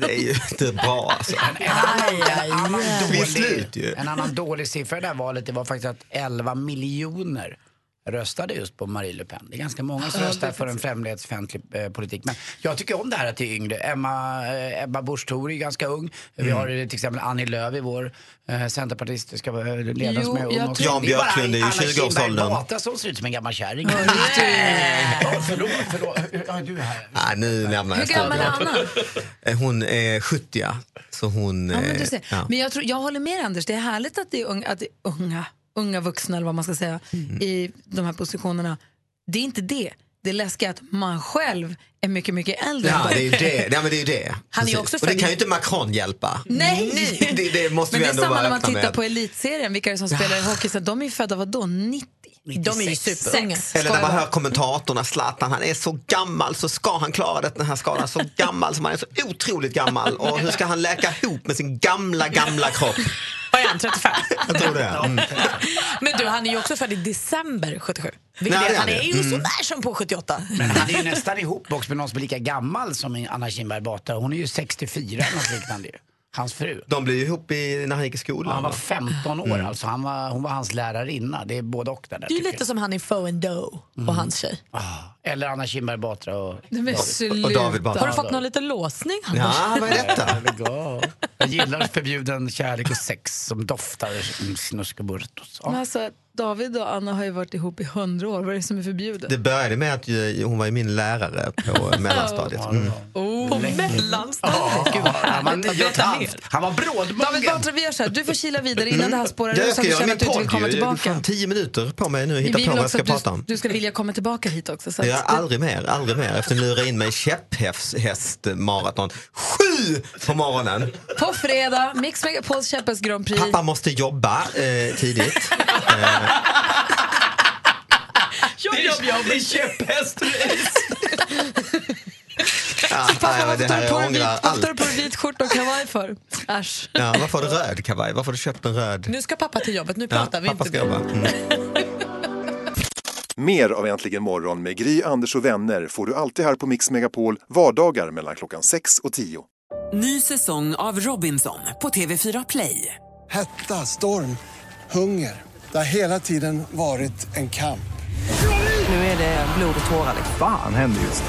S17: det är ju inte bra alltså.
S2: Aj, aj,
S17: Vi är slut ju.
S2: En annan dålig siffra i det här valet det var faktiskt att 11 miljoner röstade just på Marie Le Pen. Det är ganska många som
S22: Ja,
S2: röstar
S22: det
S2: för en främlingsfientlig eh, politik. Men jag tycker om det här att det är yngre. Emma, eh, Ebba Busch Thor är ganska ung. Vi
S17: Mm.
S2: har eh, till exempel Annie Lööf i vår eh, centerpartistiska eh, ledare
S17: Jo,
S2: som är ung.
S17: jag
S2: också.
S17: tror- Jan
S2: Det är bara
S17: Björklund är ju
S2: Anna
S17: 20-årsåldern.
S2: Kinberg Batra som ser ut som en gammal kärring.
S1: Nej.
S5: Eh.
S2: Ja, förlåt, förlåt. Ja, du är här.
S17: Nej, nu lämnar jag
S1: Hur gammal är Anna?
S17: Eh, Hon är 70, ja. så hon...
S1: Ja, men, du
S17: eh,
S1: ser.
S17: ja.
S1: men jag, tror, jag håller med dig, Anders. Det är härligt att det är unga, att det är unga, unga vuxna, eller vad man ska säga, i de här positionerna. Det är inte det. Det läskiga är att man själv är mycket, mycket äldre.
S17: Ja,
S1: än
S17: det är ju
S1: dem.
S17: det. Ja, men det, är ju det.
S1: Han är ju
S17: Precis.
S1: också
S17: Och det
S1: född-
S17: kan ju inte Macron hjälpa.
S1: Nej,
S17: Det, det måste
S1: Men
S17: vi
S1: det är
S17: ändå
S1: samma
S17: vara
S1: när man
S17: öppna
S1: tittar
S17: med.
S1: på elitserien, vilka är det som spelar i hockey? Så de är ju födda, vadå, 90?
S5: De är ju superunga.
S17: Eller när man hör kommentatorerna, Zlatan, han är så gammal så ska han klara det, den här skadan. Så gammal som han är, så otroligt gammal. Och hur ska han läka ihop med sin gamla, gamla kropp?
S5: Vad är han, 35?
S17: Jag tror det. Mm.
S5: Men du, han är ju också född i december 77.
S2: Nej,
S5: Vilket,
S2: det är
S5: han
S2: han
S5: är
S2: ju.
S5: ju
S2: Mm.
S5: sådär som på 78.
S2: Men han är ju nästan ihop också med någon som är lika gammal som Anna Kinberg Batra. Hon är ju 64 eller något liknande ju. Hans fru.
S17: De blev ju ihop i, när han gick i skolan.
S2: Han var
S17: va?
S2: 15 år alltså. Han var, hon var hans lärarinna. Det är både och där. där
S5: Det är ju
S2: tycker
S5: lite som han i Foe and Doe och
S2: Mm.
S5: hans tjej.
S2: jag. Eller Anna Kinberg Batra och,
S5: Nej, men
S1: sluta.
S5: Och David Batra. Har du fått någon liten låsning?
S17: Ja, vad är detta?
S2: Jag gillar förbjuden kärlek och sex som doftar mm, snusk och burtos.
S1: Men alltså, David och Anna har ju varit ihop i hundra år. Vad är det som är förbjudet?
S17: Det började med att ju- hon var ju min lärare på mellanstadiet. Mm.
S1: Oh. På
S2: mellanstadiet? Gud, vad härligt att veta mer. Han var brådmogen.
S1: David Batra, vi gör så här. Du får kila vidare innan
S17: Mm.
S1: det här spårar
S17: Ja,
S1: ur
S17: jag ska
S1: så att du
S17: göra
S1: känner
S17: min
S1: att du inte vill
S17: podd
S1: komma
S17: ju. Jag
S1: tillbaka.
S17: har tio minuter på mig nu att
S1: Vi
S17: hitta på
S1: vill
S17: vad jag
S1: också
S17: ska
S1: att
S17: prata
S1: du,
S17: om.
S1: du ska vilja komma tillbaka hit också. Så att,
S17: Ja, aldrig mer, aldrig mer. Efter att ni lurar in mig i käpphästmaraton. Sju på morgonen.
S1: På fredag, Mix Megapols Kämpas Grand Prix.
S17: Pappa måste jobba eh, tidigt.
S22: Det är jag blir käpphästrace.
S17: Ja, nej,
S1: Pappa,
S17: det
S1: varför tar
S17: här
S1: du på
S17: jag
S1: dig vit-
S17: ångrar
S1: varför
S17: allt.
S1: tar du på dig vit skjorta och kavaj för? Äsch.
S17: Ja, varför har du röd kavaj? Varför har du köpt en röd?
S5: Nu ska pappa till jobbet, nu
S17: Ja,
S5: pratar vi
S17: pappa
S5: inte.
S17: ska jobba. Mm.
S11: Mer av Äntligen morgon med Gry, Anders och vänner får du alltid här på Mix Megapol vardagar mellan klockan 6 och 10.
S22: Ny säsong av Robinson på TV4 Play.
S23: Hetta, storm, hunger. Det har hela tiden varit en kamp.
S22: Nu är det blod och tårar. liksom.
S24: Fan händer just nu.